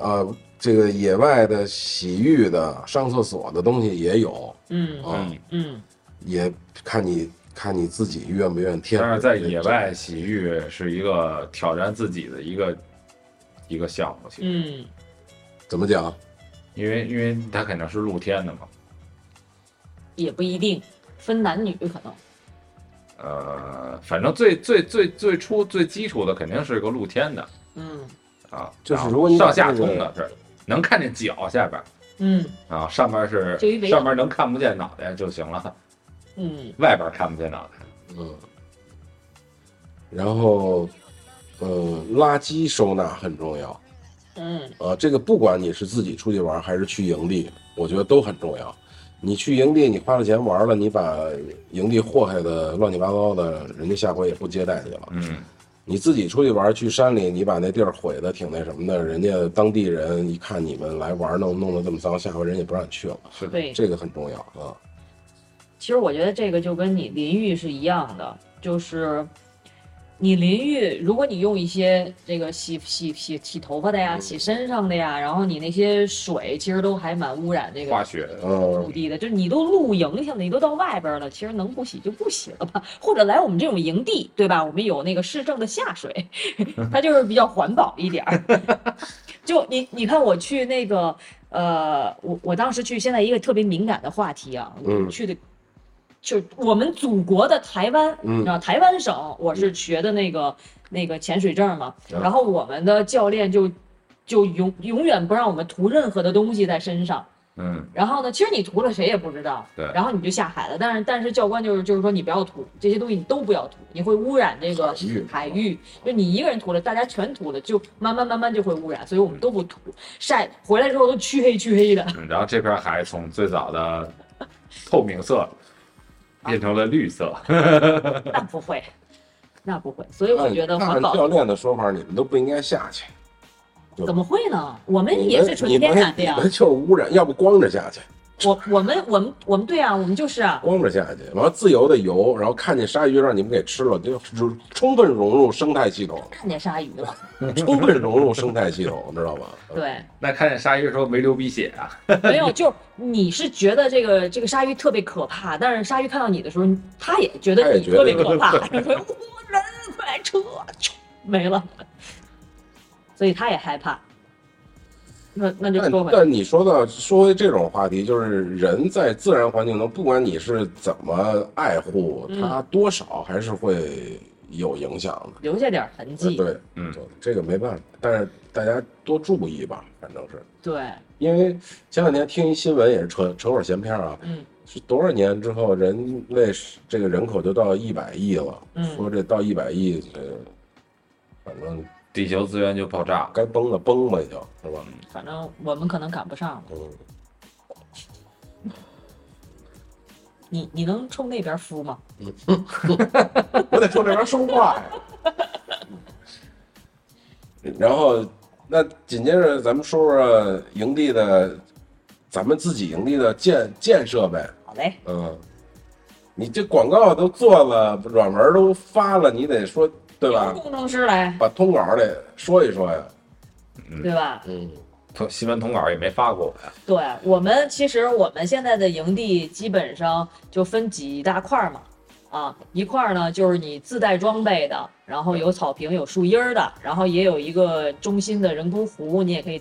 B: 呃，这个野外的洗浴的、上厕所的东西也有，
A: 嗯
B: 嗯
C: 嗯，
A: 嗯，
B: 也看你看你自己愿不愿意贴合
C: 但
B: 这。
C: 是在野外洗浴是一个挑战自己的一个一个项目，其实，
A: 嗯，
B: 怎么讲？
C: 因为因为它肯定是露天的嘛，
A: 也不一定，分男女可能。
C: 呃，反正最最最最初最基础的肯定是个露天的
A: 嗯
C: 啊，
B: 就是
C: 然后
B: 如果你把
C: 上下
B: 这个
C: 冲的是能看见脚下边
A: 嗯
C: 啊，上面是
A: 就一围
C: 上面能看不见脑袋就行了，
A: 嗯，
C: 外边看不见脑袋。
B: 嗯，然后，嗯，垃圾收纳很重要
A: 嗯
B: 啊。这个不管你是自己出去玩还是去营地，我觉得都很重要。你去营地，你花了钱玩了，你把营地祸害的乱七八糟的，人家下回也不接待你了。
C: 嗯，
B: 你自己出去玩，去山里，你把那地儿毁的挺那什么的，人家当地人一看你们来玩弄弄得这么脏，下回人也不让你去了。
C: 是的，
A: 对，
B: 这个很重要啊。
A: 其实我觉得这个就跟你淋浴是一样的，就是你淋浴，如果你用一些这个洗洗洗洗头发的呀、洗身上的呀，然后你那些水其实都还蛮污染这
C: 化
A: 个
C: 学
B: 嗯
A: 土，地的。就是你都露营去了，你都到外边了，其实能不洗就不洗了吧， [LAUGHS] 或者来我们这种营地，对吧？我们有那个市政的下水， [LAUGHS] 它就是比较环保一点儿。 [LAUGHS] 就你你看我去那个呃，我我当时去，现在一个特别敏感的话题啊，
B: 嗯
A: 我去的，就是我们祖国的台湾，
B: 嗯
A: 你知道台湾省，我是学的那个那个潜水证嘛，
B: 嗯
A: 然后我们的教练就就永永远不让我们涂任何的东西在身上。
C: 嗯，
A: 然后呢，其实你涂了谁也不知道，
C: 对
A: 然后你就下海了。但是但是教官就是就是说你不要涂这些东西，你都不要涂，你会污染这个
B: 海域
A: 海域。就你一个人涂了，大家全涂了，就慢慢慢慢就会污染，所以我们都不涂。晒回来之后都黢黑黢黑的，
C: 嗯然后这片海从最早的透明色
A: 啊
C: 变成了
A: [LAUGHS]
C: 绿色，
A: 那不会，那不会。所以我
B: 按
A: 觉得
B: 按
A: 环保
B: 教练的说法，你们都不应该下去。
A: 怎么会呢？我们哎
B: 你
A: 也
B: 们
A: 是纯
B: 你们
A: 天然的呀
B: 你。们就是污染，要不光着下去，
A: 我我们我们我们对啊，我们就是啊，
B: 光着下去，完了自由的游，然后看见鲨鱼让你们给吃了，就就充分融入生
A: [LAUGHS]
B: 态系统，
A: 看见鲨鱼了，
B: 充分融入生态系统，知道吗？
A: 对。
C: 那看见鲨鱼的时候没流鼻血啊？
B: [LAUGHS]
A: 没有，就是你是觉得这个这个鲨鱼特别可怕，但是鲨鱼看到你的时候，它也觉
B: 它
A: 得
B: 也
A: 你
B: 觉得
A: 特别可
B: [LAUGHS]
A: 怕，它说哦人快来车，啾没
B: [LAUGHS]
A: 了，所以它也害怕。那那就
B: 但
A: 说回来，
B: 但你说到说回这种话题，就是人在自然环境中，不管你是怎么爱护，
A: 嗯
B: 它多少还是会有影响的。
A: 留下点痕迹，
B: 对，
C: 嗯
B: 对，这个没办法，但是大家多注意吧，反正是。
A: 对，
B: 因为前两天听一新闻，也是扯扯会儿闲篇儿啊，
A: 嗯，
B: 是多少年之后，人类是这个人口就到一百亿了，
A: 嗯
B: 说这到一百亿，这反正
C: 地球资源就爆炸了。
B: 该崩了崩吧，也就是吧，
A: 反正我们可能赶不上了。
B: 嗯，
A: 你你能冲那边敷吗？
B: 我得从这边说话 [LAUGHS] 呀。然后，那紧接着咱们说说营地的，咱们自己营地的建建设呗，
A: 好嘞，
B: 嗯，你这广告都做了，软文都发了，你得说对吧？
A: 由工程师来，
B: 把通稿得说一说呀。
A: 对吧？
B: 嗯，
C: 通新闻通稿也没发过我呀。
A: 对我们，其实我们现在的营地基本上就分几大块儿嘛，啊，一块儿呢就是你自带装备的，然后有草坪、有树荫儿的，然后也有一个中心的人工湖，你也可以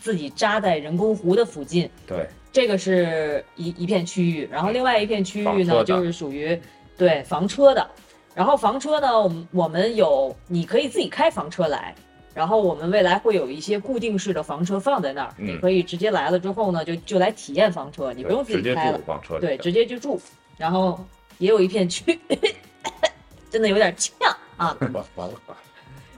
A: 自己扎在人工湖的附近，
C: 对，
A: 这个是一一片区域，然后另外一片区域
C: 房车
A: 呢，
C: 的
A: 就是属于对房车的。然后房车呢，我们我们有，你可以自己开房车来。然后我们未来会有一些固定式的房车放在那儿，
C: 嗯
A: 你可以直接来了之后呢，就就来体验房车，你不用自
C: 直
A: 己
C: 接
A: 开了
C: 住。房车里
A: 对，
C: 头，
A: 直接就住。然后也有一片区， [COUGHS] 真的有点呛啊！
B: 完完了，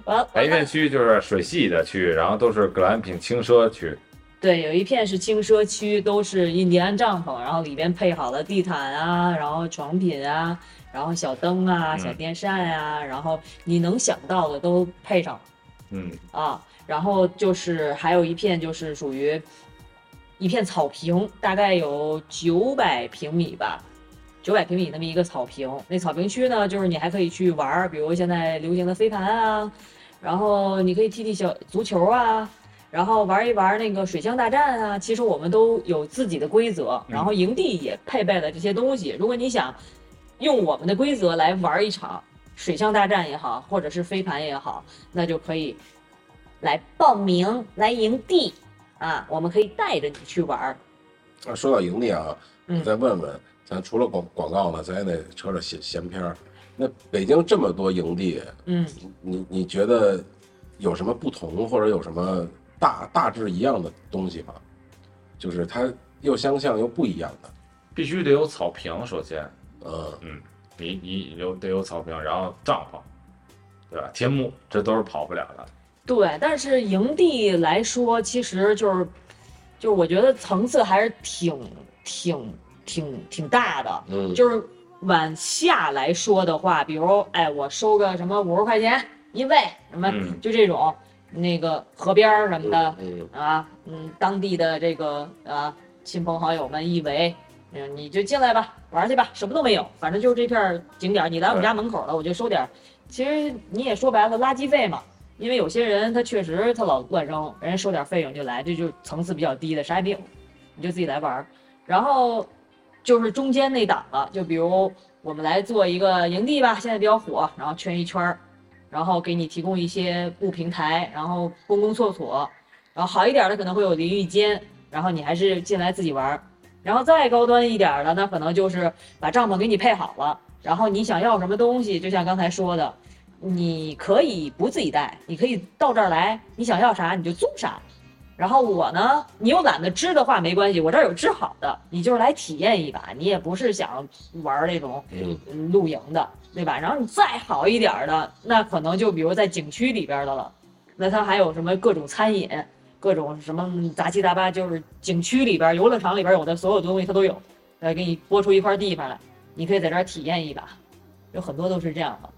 A: 完了，
C: 白云片区就是水系的区，然后都是格兰品轻奢区，
A: 对，有一片是轻奢区，都是印第安帐篷，然后里边配好了地毯啊，然后床品啊，然后小灯啊、
C: 嗯
A: 小电扇啊，然后你能想到的都配上
C: 嗯，
A: 啊。然后就是还有一片就是属于一片草坪，大概有九百平米吧，九百平米那么一个草坪。那草坪区呢，就是你还可以去玩儿，比如现在流行的飞盘啊，然后你可以踢踢小足球啊，然后玩一玩那个水枪大战啊。其实我们都有自己的规则，然后营地也配备了这些东西。如果你想用我们的规则来玩一场水枪大战也好，或者是飞盘也好，那就可以来报名来营地啊，我们可以带着你去玩儿。
B: 那说到营地啊，
A: 嗯
B: 我再问问，咱除了广广告呢，咱也得扯扯闲闲篇儿。那北京这么多营地，
A: 嗯。
B: 你你觉得有什么不同，或者有什么大大致一样的东西吗？就是它又相像又不一样的。
C: 必须得有草坪，首先，
B: 嗯，
C: 嗯，你你有得有草坪，然后帐篷，对吧？天幕，这都是跑不了的。
A: 对，但是营地来说，其实就是，就是我觉得层次还是挺挺挺挺大的。
B: 嗯
A: 就是往下来说的话，比如哎，我收个什么五十块钱一位，什么、
C: 嗯
A: 就这种，那个河边儿什么的，
C: 哎
B: 嗯，
A: 啊，嗯，当地的这个啊亲朋好友们一围，嗯，你就进来吧，玩去吧，什么都没有，反正就是这片儿景点儿，你来我们家门口了，我就收点儿。其实你也说白了，垃圾费嘛，因为有些人他确实他老乱扔，人家收点费用就来，这就是层次比较低的，啥也没有，你就自己来玩儿。然后就是中间那档了，就比如我们来做一个营地吧，现在比较火，然后圈一圈儿，然后给你提供一些布平台，然后公共厕所，然后好一点的可能会有淋浴间，然后你还是进来自己玩儿。然后再高端一点的，那可能就是把帐篷给你配好了，然后你想要什么东西，就像刚才说的，你可以不自己带，你可以到这儿来，你想要啥你就租啥。然后我呢，你又懒得织的话没关系，我这儿有织好的，你就是来体验一把，你也不是想玩儿那种
B: 嗯
A: 嗯露营的，对吧？然后你再好一点儿的，那可能就比如在景区里边儿的了，那它还有什么各种餐饮，各种什么杂七杂八，就是景区里边儿、游乐场里边儿有的所有东西它都有，呃，给你拨出一块地方来，你可以在这儿体验一把，有很多都是这样的，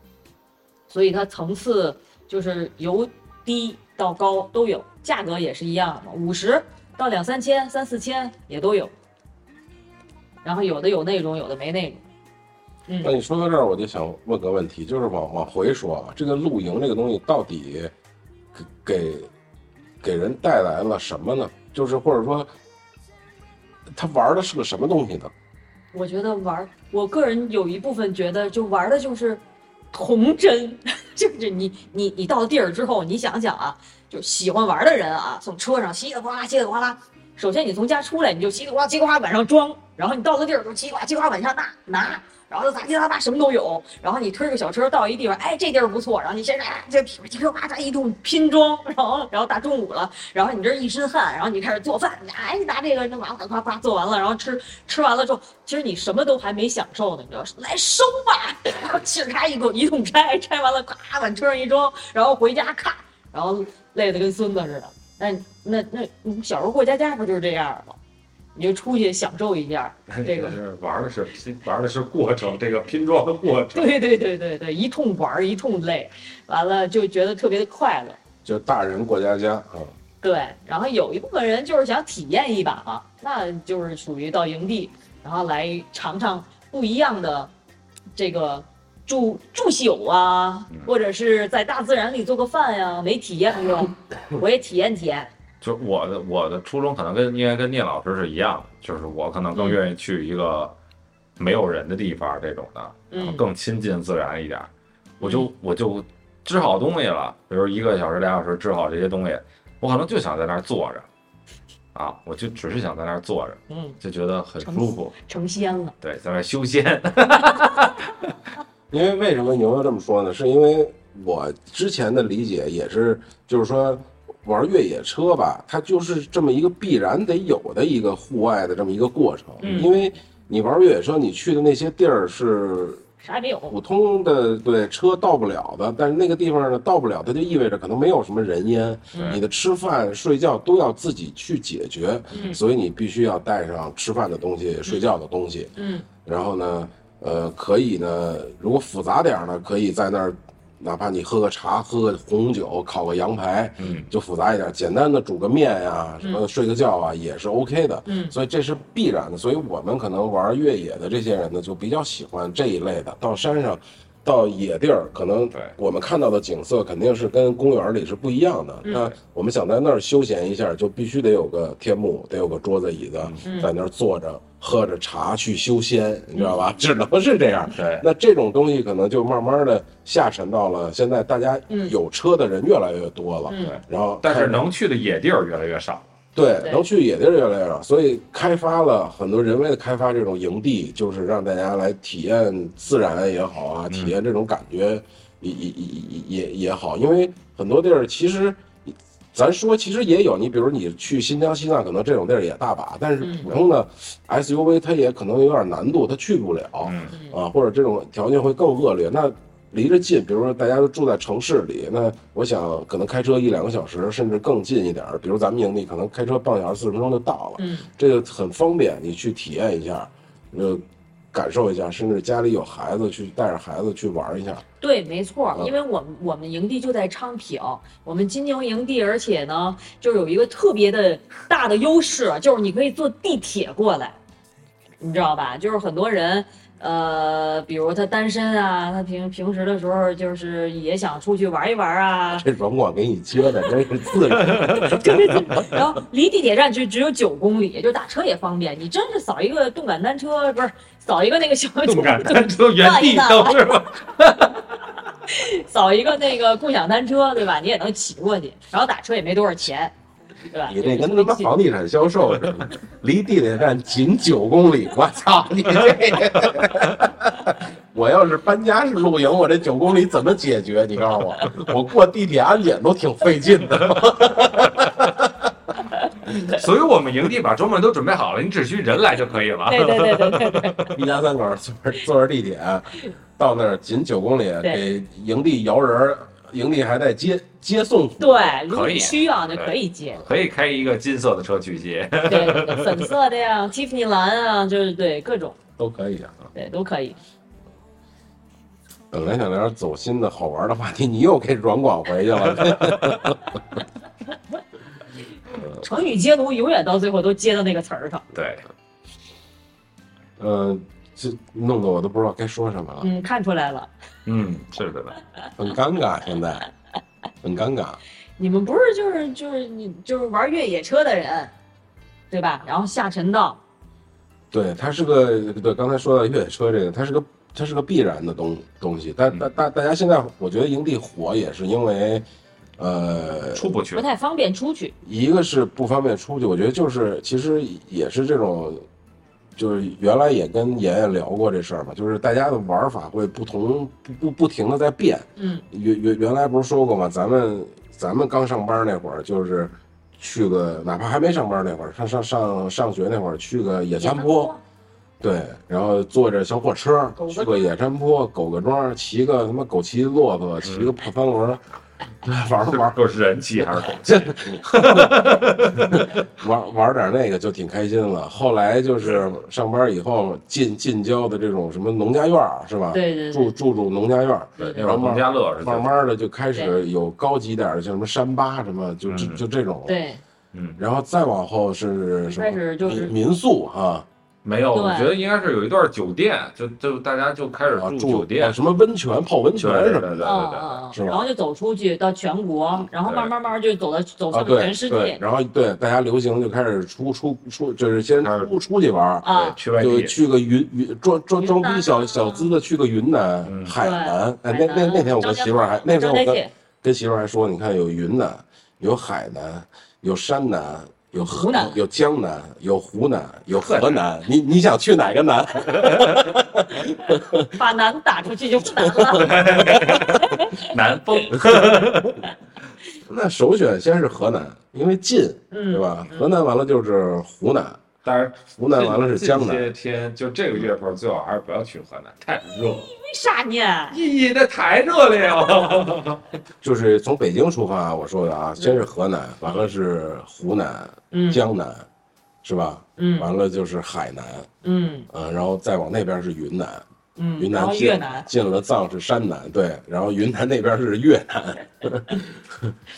A: 所以它层次就是由低到高都有，价格也是一样的，五十到两三千、三四千也都有，然后有的有内容，有的没内容。
B: 那你说到这儿，我就想问个问题，就是往往回说啊，这个露营这个东西到底给给给人带来了什么呢？就是或者说，他玩的是个什么东西呢？
A: 我觉得玩儿，我个人有一部分觉得，就玩儿的就是童真， [LAUGHS] 就是你你你到地儿之后，你想想啊，就喜欢玩儿的人啊，从车上稀里哗啦稀里哗啦，首先你从家出来你就稀里哗啦叽里哗啦往上装，然后你到了地儿就叽里哗啦叽里哗啦往下拿拿，然后杂七杂八什么都有，然后你推着个小车到一地方，哎这地儿不错，然后你现在哎这噼里啪啦一顿拼装，然后然后大中午了，然后你这一身汗，然后你开始做饭，哎拿这个那完了，夸夸做完了，然后吃吃完了之后，其实你什么都还没享受呢，你知道，来收吧， [LAUGHS] 然后嘁咔一口一通拆，拆完了咔往车上一装，然后回家咔，然后累得跟孙子似的。那那那，你小时候过家家不就是这样吗？你就出去享受一下，这个
C: 是玩的是玩的是过程，这个拼装的过程。
A: [LAUGHS] 对对对对对，一通玩儿一通累，完了就觉得特别的快乐。
B: 就大人过家家啊，
A: 对，然后有一部分人就是想体验一把嘛，那就是属于到营地，然后来尝尝不一样的这个住住宿啊，或者是在大自然里做个饭呀、没体验过，我也体验体验。
C: 就是我的我的初衷可能跟应该跟聂老师是一样的，就是我可能
A: 嗯
C: 更愿意去一个没有人的地方这种的，
A: 嗯
C: 然后更亲近自然一点。我就我就织好东西了，比如一个小时俩小时织好这些东西，我可能就想在那儿坐着，啊，我就只是想在那儿坐着，
A: 嗯，
C: 就觉得很舒服，
A: 成仙了。
C: 对，在那儿
B: [LAUGHS]
C: 修仙。
B: 因为为什么牛牛这么说呢？是因为我之前的理解也是，就是说玩越野车吧，它就是这么一个必然得有的一个户外的这么一个过程。
C: 嗯
B: 因为你玩越野车，你去的那些地儿是
A: 啥也没有，
B: 普通的对车到不了的，但是那个地方呢到不了，它就意味着可能没有什么人烟，你的吃饭、睡觉都要自己去解决，
A: 嗯
B: 所以你必须要带上吃饭的东西、睡觉的东西，
A: 嗯，
B: 然后呢，呃，可以呢，如果复杂点儿呢，可以在那儿，哪怕你喝个茶、喝个红酒、烤个羊排，
C: 嗯，
B: 就复杂一点，简单的煮个面呀、什么的睡个觉啊，也是 OK 的。
A: 嗯
B: 所以这是必然的。所以我们可能玩越野的这些人呢，就比较喜欢这一类的，到山上。到野地儿，可能
C: 对
B: 我们看到的景色肯定是跟公园里是不一样
C: 嗯
B: 的。那我们想在那儿休闲一下，就必须得有个天幕，得有个桌子椅子，
C: 嗯
B: 在那儿坐着喝着茶去修仙，你知道吧？ [LAUGHS] 只能是这样。
C: 对
B: 那这种东西可能就慢慢的下沉到了现在，大家
A: 嗯
B: 有车的人越来越多了。
A: 嗯
B: 然后开，
C: 但是能去的野地儿越来
B: [LAUGHS]
C: 越少了。
B: 对
A: 对
B: 能去野地儿越来越少，所以开发了很多人为的开发这种营地，就是让大家来体验自然也好啊，体验这种感觉也也也也也好，因为很多地儿其实。咱说，其实也有你，比如你去新疆、西藏，可能这种地儿也大把，但是
A: 嗯
B: 普通的 SUV 它也可能有点难度，它去不了。
C: 嗯
B: 啊，或者这种条件会更恶劣。那离着近，比如说大家都住在城市里，那我想可能开车一两个小时，甚至更近一点儿。比如咱们营地可能开车半个小时、四十分钟就到了，
A: 嗯，
B: 这个很方便，你去体验一下，呃，感受一下，甚至家里有孩子去带着孩子去玩一下。
A: 对，没错儿，
B: 嗯
A: 因为我们我们营地就在昌平，我们金牛营地，而且呢，就是有一个特别的大的优势，就是你可以坐地铁过来，你知道吧？就是很多人，呃，比如他单身啊，他平平时的时候就是也想出去玩一玩
C: [LAUGHS]
A: 啊， [LAUGHS]
B: 这软广给你接的真是自然。
A: 然后离地铁站只只有九公里，就打车也方便。你真是扫一个动感单车，不是扫一个那个小
C: 动感
A: 就
C: 单车原地都是吧？ [LAUGHS]
A: [LAUGHS] 扫一个那个共享单车，对吧？你也能骑过去，然后打车也没多少钱，对吧？
B: 你这跟他妈房地产销售似的，离地铁站仅九公里，我操你这！我要是搬家是露营，我这九公里怎么解决？你告诉我，我过地铁安检都挺费劲的。
C: 所以我们营地把装备都准备好了，你只需人来就可以了。
A: 对对对对对对，
B: 一家三口坐着坐着地铁到那儿仅九公里，
A: 对
B: 给营地摇人儿，营地还带接接送服务。
A: 对，如果
C: 可以
A: 需要就可以接，
C: 可以开一个金色的车去接，
A: 对对对，粉色的呀， [LAUGHS] 蒂芙尼蓝啊，就是对各种，
B: 都可以啊。
A: 对都可以。
B: 本来想聊点走心的好玩的话题，你又给软广回去了。 [LAUGHS]
A: 成语接龙永远到最后都接到那个词儿上，
C: 对，
B: 嗯、这弄得我都不知道该说什么了。
A: 嗯，看出来了。
C: 嗯，是的吧？
B: 很尴尬，现在很尴尬。
A: 你们不是就是就是你就是玩越野车的人，对吧？然后下沉到，
B: 对，它是个对，刚才说到越野车这个，它是个它是个必然的东东西。但大大大家现在，我觉得营地火也是因为，呃，
C: 出不去
A: 不，太方便出去。
B: 一个是不方便出去，我觉得就是其实也是这种，就是原来也跟妍妍聊过这事儿嘛，就是大家的玩法会不同，不不不停的在变。
A: 嗯
B: 原原原来不是说过吗？咱们咱们刚上班那会儿，就是去个哪怕还没上班那会儿，上上上上学那会儿，去个野山坡，对，然后坐着小火车
A: 狗个
B: 去个野山坡，狗个庄，骑个他妈狗骑骆驼，骑个破三轮儿，玩玩
C: 都是人气还是狗气？
B: 玩玩点那个就挺开心了。后来就是上班以后近近郊的这种什么农家院儿是吧？
A: 对对对
B: 住住住农家院儿，
C: 对，那
B: 然后
C: 会儿农
B: 慢
C: 家乐是
B: 慢
C: 吧？
B: 慢的就开始有高级点儿的，像什么山巴什么，就就
C: 嗯
B: 就这种。。
A: 对，
C: 嗯，
B: 然后再往后是什么？
A: 开始就是
B: 民民宿啊，
C: 没有，
A: 对
C: 我觉得应该是有一段酒店，就就大家就开始
B: 啊
C: 住
B: 住
C: 酒店
B: 啊，什么温泉泡温泉
C: 对对
B: 什
C: 对
B: 么
C: 对
B: 的
A: 嗯嗯
C: 对，
A: 嗯
B: 是吧嗯
A: 然后就走出去到全国，然后慢慢慢慢就走到走
B: 啊，
A: 向
B: 对
A: 全世
B: 对。
A: 界
B: 然后对大家流行就开始出出出，就是先
C: 开始
B: 出出去玩儿，
A: 啊
C: 对，去外
B: 就
C: 地，
B: 去个云云装装装
A: 云南
B: 逼
A: 啊
B: 小小资的去个云南、
C: 嗯
B: 海南，哎，
A: 海
B: 那
A: 南
B: 那那天我
A: 张
B: 跟
A: 家
B: 媳妇儿还那天
A: 张
B: 我
A: 家
B: 跟
A: 界，
B: 跟媳妇儿还说，你看有云南，有海南，有山南，有
A: 湖南
B: 有江南，有湖南，有河南。你你想去哪个南？
A: 把难打出去就不难
B: [LAUGHS]
A: 了。
C: 南风，
B: 那首选先是河南，因为近，
A: 嗯
B: 对吧？河南完了就是湖南，
C: 当然
B: 湖南完了是江
C: 这些
B: 南。
C: 天就这个月份，最好还是不要去河南，太热了。
A: 为啥呢？
C: 意义那太热
B: [LAUGHS]
C: 了呀！
B: 就是从北京出发，我说的啊，先是河南，完了是湖南、
A: 嗯
B: 江南，是吧？
A: 嗯
B: 完了就是海南，
A: 嗯
B: 嗯、然后再往那边是云南，
A: 嗯，
B: 云
A: 然
B: 南
A: 后
B: 进
A: 越南，
B: 进了藏是山南，对，然后云南那边是越南，
A: [LAUGHS]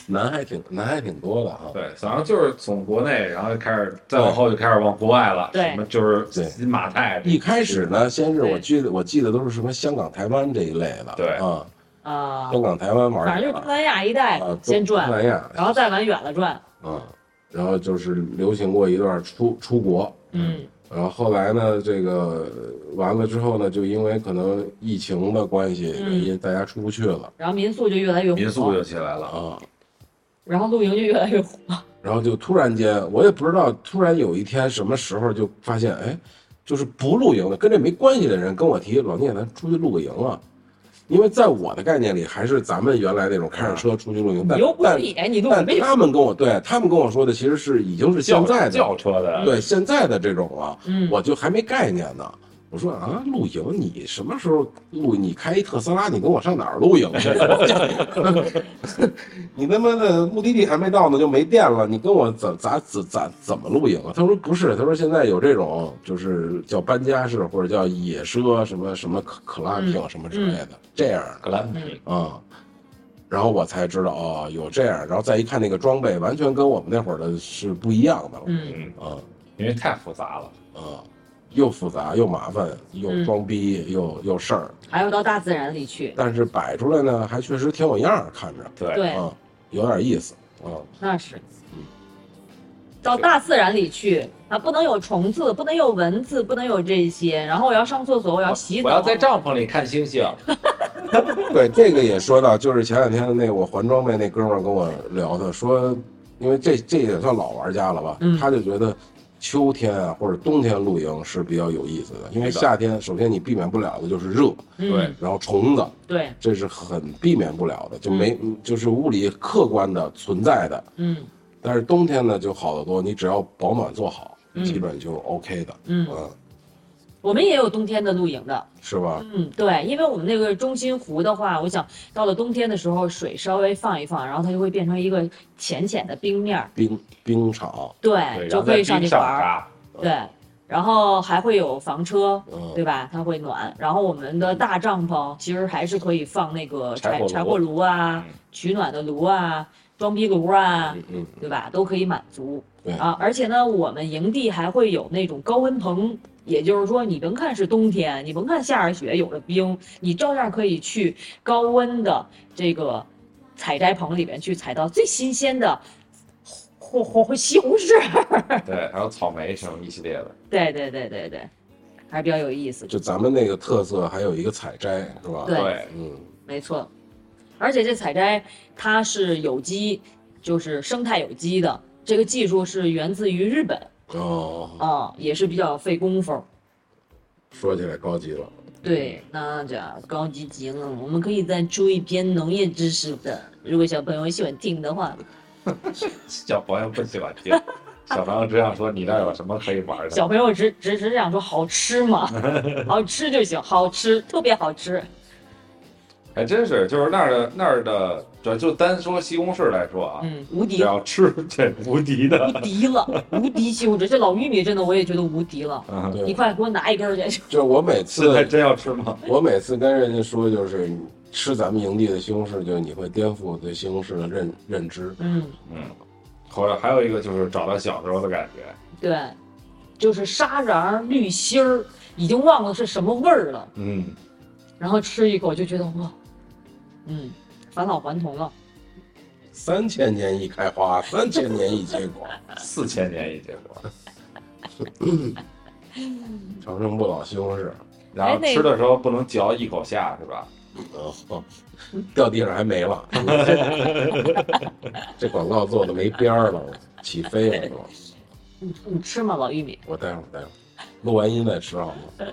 B: 南还挺南还挺多的啊。
C: 对，然后就是从国内，然后就开始再往后就开始往国外了，
A: 对
C: 什么就是
B: 对
C: 新马泰，
B: 一开始呢，先是我
A: 对
B: 记得我记得都是什么香港、台湾这一类的，
C: 对
B: 啊，
A: 啊
B: 香，港、台湾玩
A: 反
B: 儿
A: 正
B: 一
A: 就
B: 玩
A: 东
B: 儿
A: 南亚一带
B: 啊，
A: 哎先
B: 东
A: 转，
B: 南亚
A: 然后再往远了转。
B: 啊，然后就是流行过一段出出国，
A: 嗯
B: 然后后来呢，这个呃完了之后呢，就因为可能疫情的关系
A: 嗯
B: 原因，大家出不去了
A: 然后民宿就越来越火，
C: 民宿就起来了。
B: 啊，
A: 然后露营就越来越火。
B: 然后就突然间，我也不知道，突然有一天什么时候就发现，哎，就是不露营的，跟这没关系的人跟我提，老聂，咱出去露个营啊。因为在我的概念里，还是咱们原来那种开着车出去露营，
A: 你
B: 但
A: 又不是
B: 但
A: 野，你露什
B: 但
A: 么营？
B: 他们跟我对他们跟我说的，其实是已经是现在的
C: 轿车的，
B: 对现在的这种了，
A: 嗯
B: 我就还没概念呢。我说啊，露营你什么时候露？你开一特斯拉，你跟我上哪儿露营去？ [LAUGHS] 你他妈的目的地还没到呢，就没电了，你跟我怎咋怎咋怎么露营啊？他说不是，他说现在有这种就是叫搬家式或者叫野奢什么什么可可拉汀什么之类的、这样的
C: 格兰皮，
B: 啊、然后我才知道哦，有这样，然后再一看那个装备，完全跟我们那会儿的是不一样的了。
A: 嗯
C: 嗯，
B: 啊
C: 因为太复杂了。
B: 啊、又复杂又麻烦，又
A: 嗯
B: 装逼、又又事儿，
A: 还要到大自然里去，
B: 但是摆出来呢，还确实挺有样儿，看着
C: 对，
A: 对，
B: 啊、有点意思啊、
A: 那是。
C: 嗯
A: 到大自然里去啊，不能有虫子，不能有蚊子，不能有这些。然后我要上厕所，我要洗澡，
C: 我要在帐篷里看星星。
B: 对，这个也说到，就是前两天那我还装备那哥们儿跟我聊的，说，因为这这也算老玩家了吧，
A: 嗯
B: 他就觉得秋天啊或者冬天露营是比较有意思的，因为
C: 是的
B: 夏天首先你避免不了的就是热，
A: 嗯，
B: 然后虫子，
A: 对，
B: 这是很避免不了的，就没就是物理客观的存在的。
A: 嗯
B: 但是冬天呢就好得多，你只要保暖做好，
A: 嗯
B: 基本就 OK 的，
A: 嗯，
B: 嗯，
A: 我们也有冬天的露营的，
B: 是吧？
A: 嗯，对，因为我们那个中心湖的话，我想到了冬天的时候，水稍微放一放，然后它就会变成一个浅浅的冰面儿，
B: 冰冰场，
C: 对，
A: 对，
C: 然
A: 就
C: 后在
A: 可以上
C: 冰
A: 去
C: 上嗯
A: 玩儿，
C: 扎，
A: 对，然后还会有房车，
B: 嗯
A: 对吧？它会暖。然后我们的大帐篷其实还是可以放那个
C: 柴
A: 柴柴
C: 火炉
A: 火炉啊、
C: 嗯
A: 取暖的炉啊、装逼炉啊，
B: 嗯嗯，
A: 对吧？都可以满足
B: 对
A: 啊。而且呢，我们营地还会有那种高温棚，也就是说，你甭看是冬天，你甭看下着雪有着冰，你照样可以去高温的这个采摘棚里面去采到最新鲜的火火火西红柿。 [LAUGHS]
C: 对，还有草莓什么一系列的。
A: 对对对对对，还是比较有意思的。
B: 就咱们那个特色还有一个采摘，是吧？
A: 对
C: 对，
B: 嗯，
A: 没错，而且这采摘它是有机，就是生态有机的，这个技术是源自于日本
B: 哦，
A: 啊、也是比较费功夫。
B: 说起来高级了，
A: 对，那这高级极了，我们可以再出一篇农业知识的，如果小朋友喜欢听的话，
C: 小朋友不喜欢
A: [LAUGHS]
C: 听，小朋友只想说你那儿有什么可以玩的。
A: 小朋友只只只想说好吃嘛，好吃就行，好吃，特别好吃。
C: 还真是，就是那儿的那儿的，主要就单说西红柿来说啊，
A: 嗯，无
C: 只
A: 敌，
C: 要吃这无敌的。
A: 无敌了，无敌西红柿，这老玉米真的我也觉得无敌了。
C: 嗯，
A: 你
B: 对，
A: 快给我拿一根儿去！
B: 就我每
C: 现在
B: 次
C: 真要吃吗？
B: 我每次跟人家说，就是吃咱们营地的西红柿，就你会颠覆对西红柿的认认知，
A: 嗯，
C: 嗯，或者还有一个就是找到小时候的感觉。
A: 对，就是沙瓤绿心儿，已经忘了是什么味儿了。
C: 嗯，
A: 然后吃一口就觉得哇，嗯，返老还童了。
B: 三千年一开花，三千年一结果， [LAUGHS]
C: 四千年一结果，
A: 哎
B: 长生不老西红柿。
C: 然后
A: 那
C: 吃的时候不能嚼一口下是吧？
B: 哦哦， [LAUGHS] 掉地上还没了，这广告做的没边儿了，起飞了都。
A: 你你吃吗，老玉米？
B: 我待会儿待会儿，录完音再吃好吗？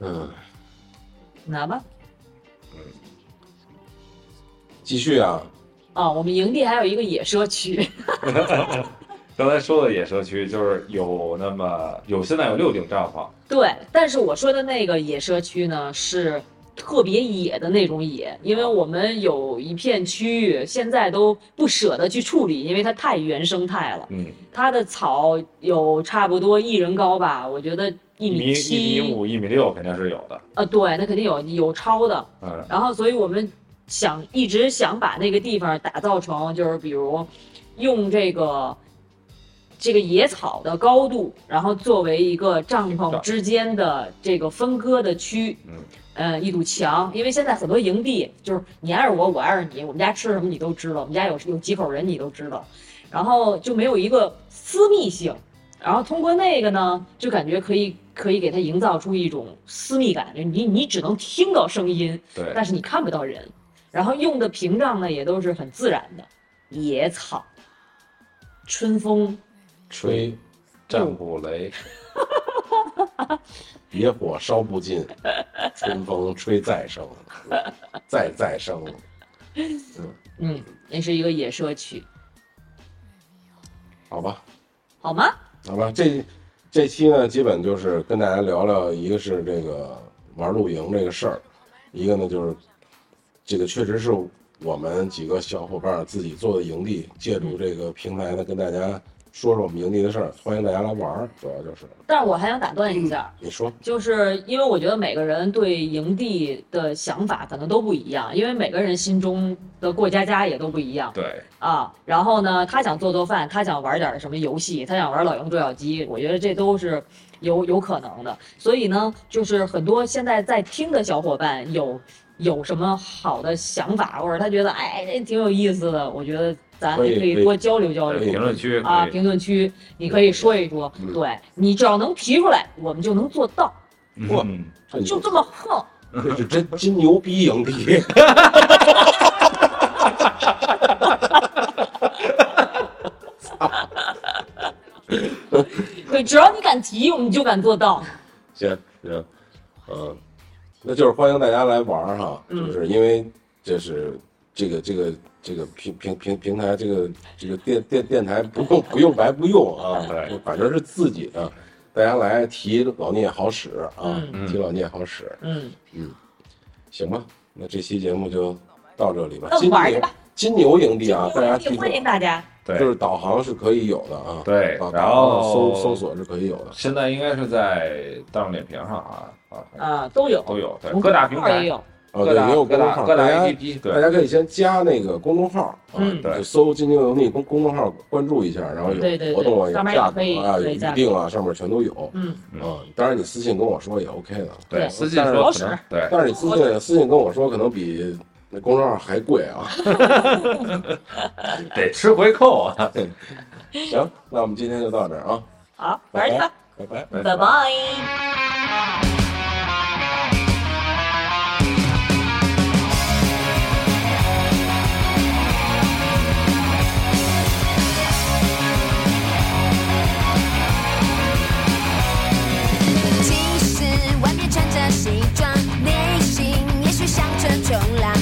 B: 嗯，
A: 拿吧。
B: 继续啊，
A: 啊、我们营地还有一个野奢区， [LAUGHS]
C: 刚才说的野社区就是有那么有现在有六顶帐篷，
A: 对，但是我说的那个野奢区呢是特别野的那种野，因为我们有一片区域现在都不舍得去处理，因为它太原生态了，
C: 嗯，
A: 它的草有差不多一人高吧，我觉得一
C: 一米
A: 米
C: 一米
A: 七，
C: 五、一米六肯定是有的，
A: 呃，对，那肯定有有超的，
C: 嗯
A: 然后所以我们想一直想把那个地方打造成，就是比如用这个这个野草的高度，然后作为一个帐篷之间的这个分割的区，
C: 嗯，
A: 呃，一堵墙。因为现在很多营地就是你挨着我，我挨着你，我们家吃什么你都知道，我们家有有几口人你都知道，然后就没有一个私密性。然后通过那个呢，就感觉可以可以给它营造出一种私密感，就你你只能听到声音，
C: 对，
A: 但是你看不到人。然后用的屏障呢，也都是很自然的，野草、春风、
B: 吹
C: 战鼓雷，
B: 野火烧不尽，春风吹再生，再再生。
A: 嗯，那是一个野社区，
B: 好吧，
A: 好吗？
B: 好吧，这这期呢，基本就是跟大家聊聊，一个是这个玩露营这个事儿，一个呢就是这个确实是我们几个小伙伴自己做的营地，借助这个平台呢，跟大家说说我们营地的事儿，欢迎大家来玩儿，主要就是
A: 但是我还想打断一下，
B: 你说，
A: 就是因为我觉得每个人对营地的想法可能都不一样，因为每个人心中的过家家也都不一样。
C: 对，
A: 啊，然后呢，他想做做饭，他想玩点儿什么游戏，他想玩老鹰捉小鸡，我觉得这都是有有可能的。所以呢，就是很多现在在听的小伙伴有有什么好的想法，或者他觉得哎这挺有意思的，我觉得咱
B: 可以
A: 也可以多交流交
C: 在
A: 流
C: 评论区
A: 啊。
C: 可以，
A: 评论区你可以说一说，
B: 嗯
A: 对你只要能提出来，我们就能做到，
B: 哇
C: 嗯，
B: 这你
A: 就这么横。
B: 这是真真牛逼营地，
A: 对，只要你敢提，我们就敢做到。
B: 行行，嗯，那就是欢迎大家来玩儿哈，
A: 嗯
B: 就是因为这是这个这个这个平平平平台这个这个电电电台不用不用白不用啊，
C: [LAUGHS] 对
B: 反正是自己的，大家来提老聂好使啊，
C: 嗯
B: 提老聂好使，
A: 嗯，
B: 行吧？那这期节目就到这里吧
A: 那，
B: 金
A: 玩儿去
B: 牛
A: 吧
B: 金牛营地啊，大家记住
A: 欢迎大家。
B: 就
C: 对，
B: 是导航是可以有的啊，
C: 对
B: 导
C: 然
B: 导航
C: 后
B: 搜搜索是可以有的，
C: 现在应该是在大众点评上啊啊
A: 啊，都有，
C: 都有，对，
A: 从
C: 各大
A: 公
C: 平
A: 众号也
C: 台，
A: 有，
B: 哦
C: 各
B: 对，
C: 大
B: 也有
C: 各
B: 公众
C: 大
B: 号，
C: 各大
B: 大家
C: APP，
B: 大
C: 对
B: 家可以先加那个公众号啊，
A: 嗯
C: 对
B: 就搜“津津有味”公公众号关注一下，然后
A: 对对对
B: 有活动啊，有
A: 上面也
B: 价格
A: 可以
B: 啊，有
A: 可以
B: 预
A: 加
B: 定啊，上面全都有
A: 嗯。
B: 啊。当然你私信跟我说也 OK 的，
C: 对，
A: 对
C: 私信说可
A: 但
C: 能
A: 是
C: 对，
B: 但是你私信私信跟我说可能比那公众号还贵
A: [LAUGHS]
B: 啊。
C: 得吃回扣啊，
B: 行，那我们今天就到这儿啊，
A: 好，玩去吧，
B: 拜拜。
A: 拜拜。
D: 其实外面穿着西装，内心也许想着冲浪。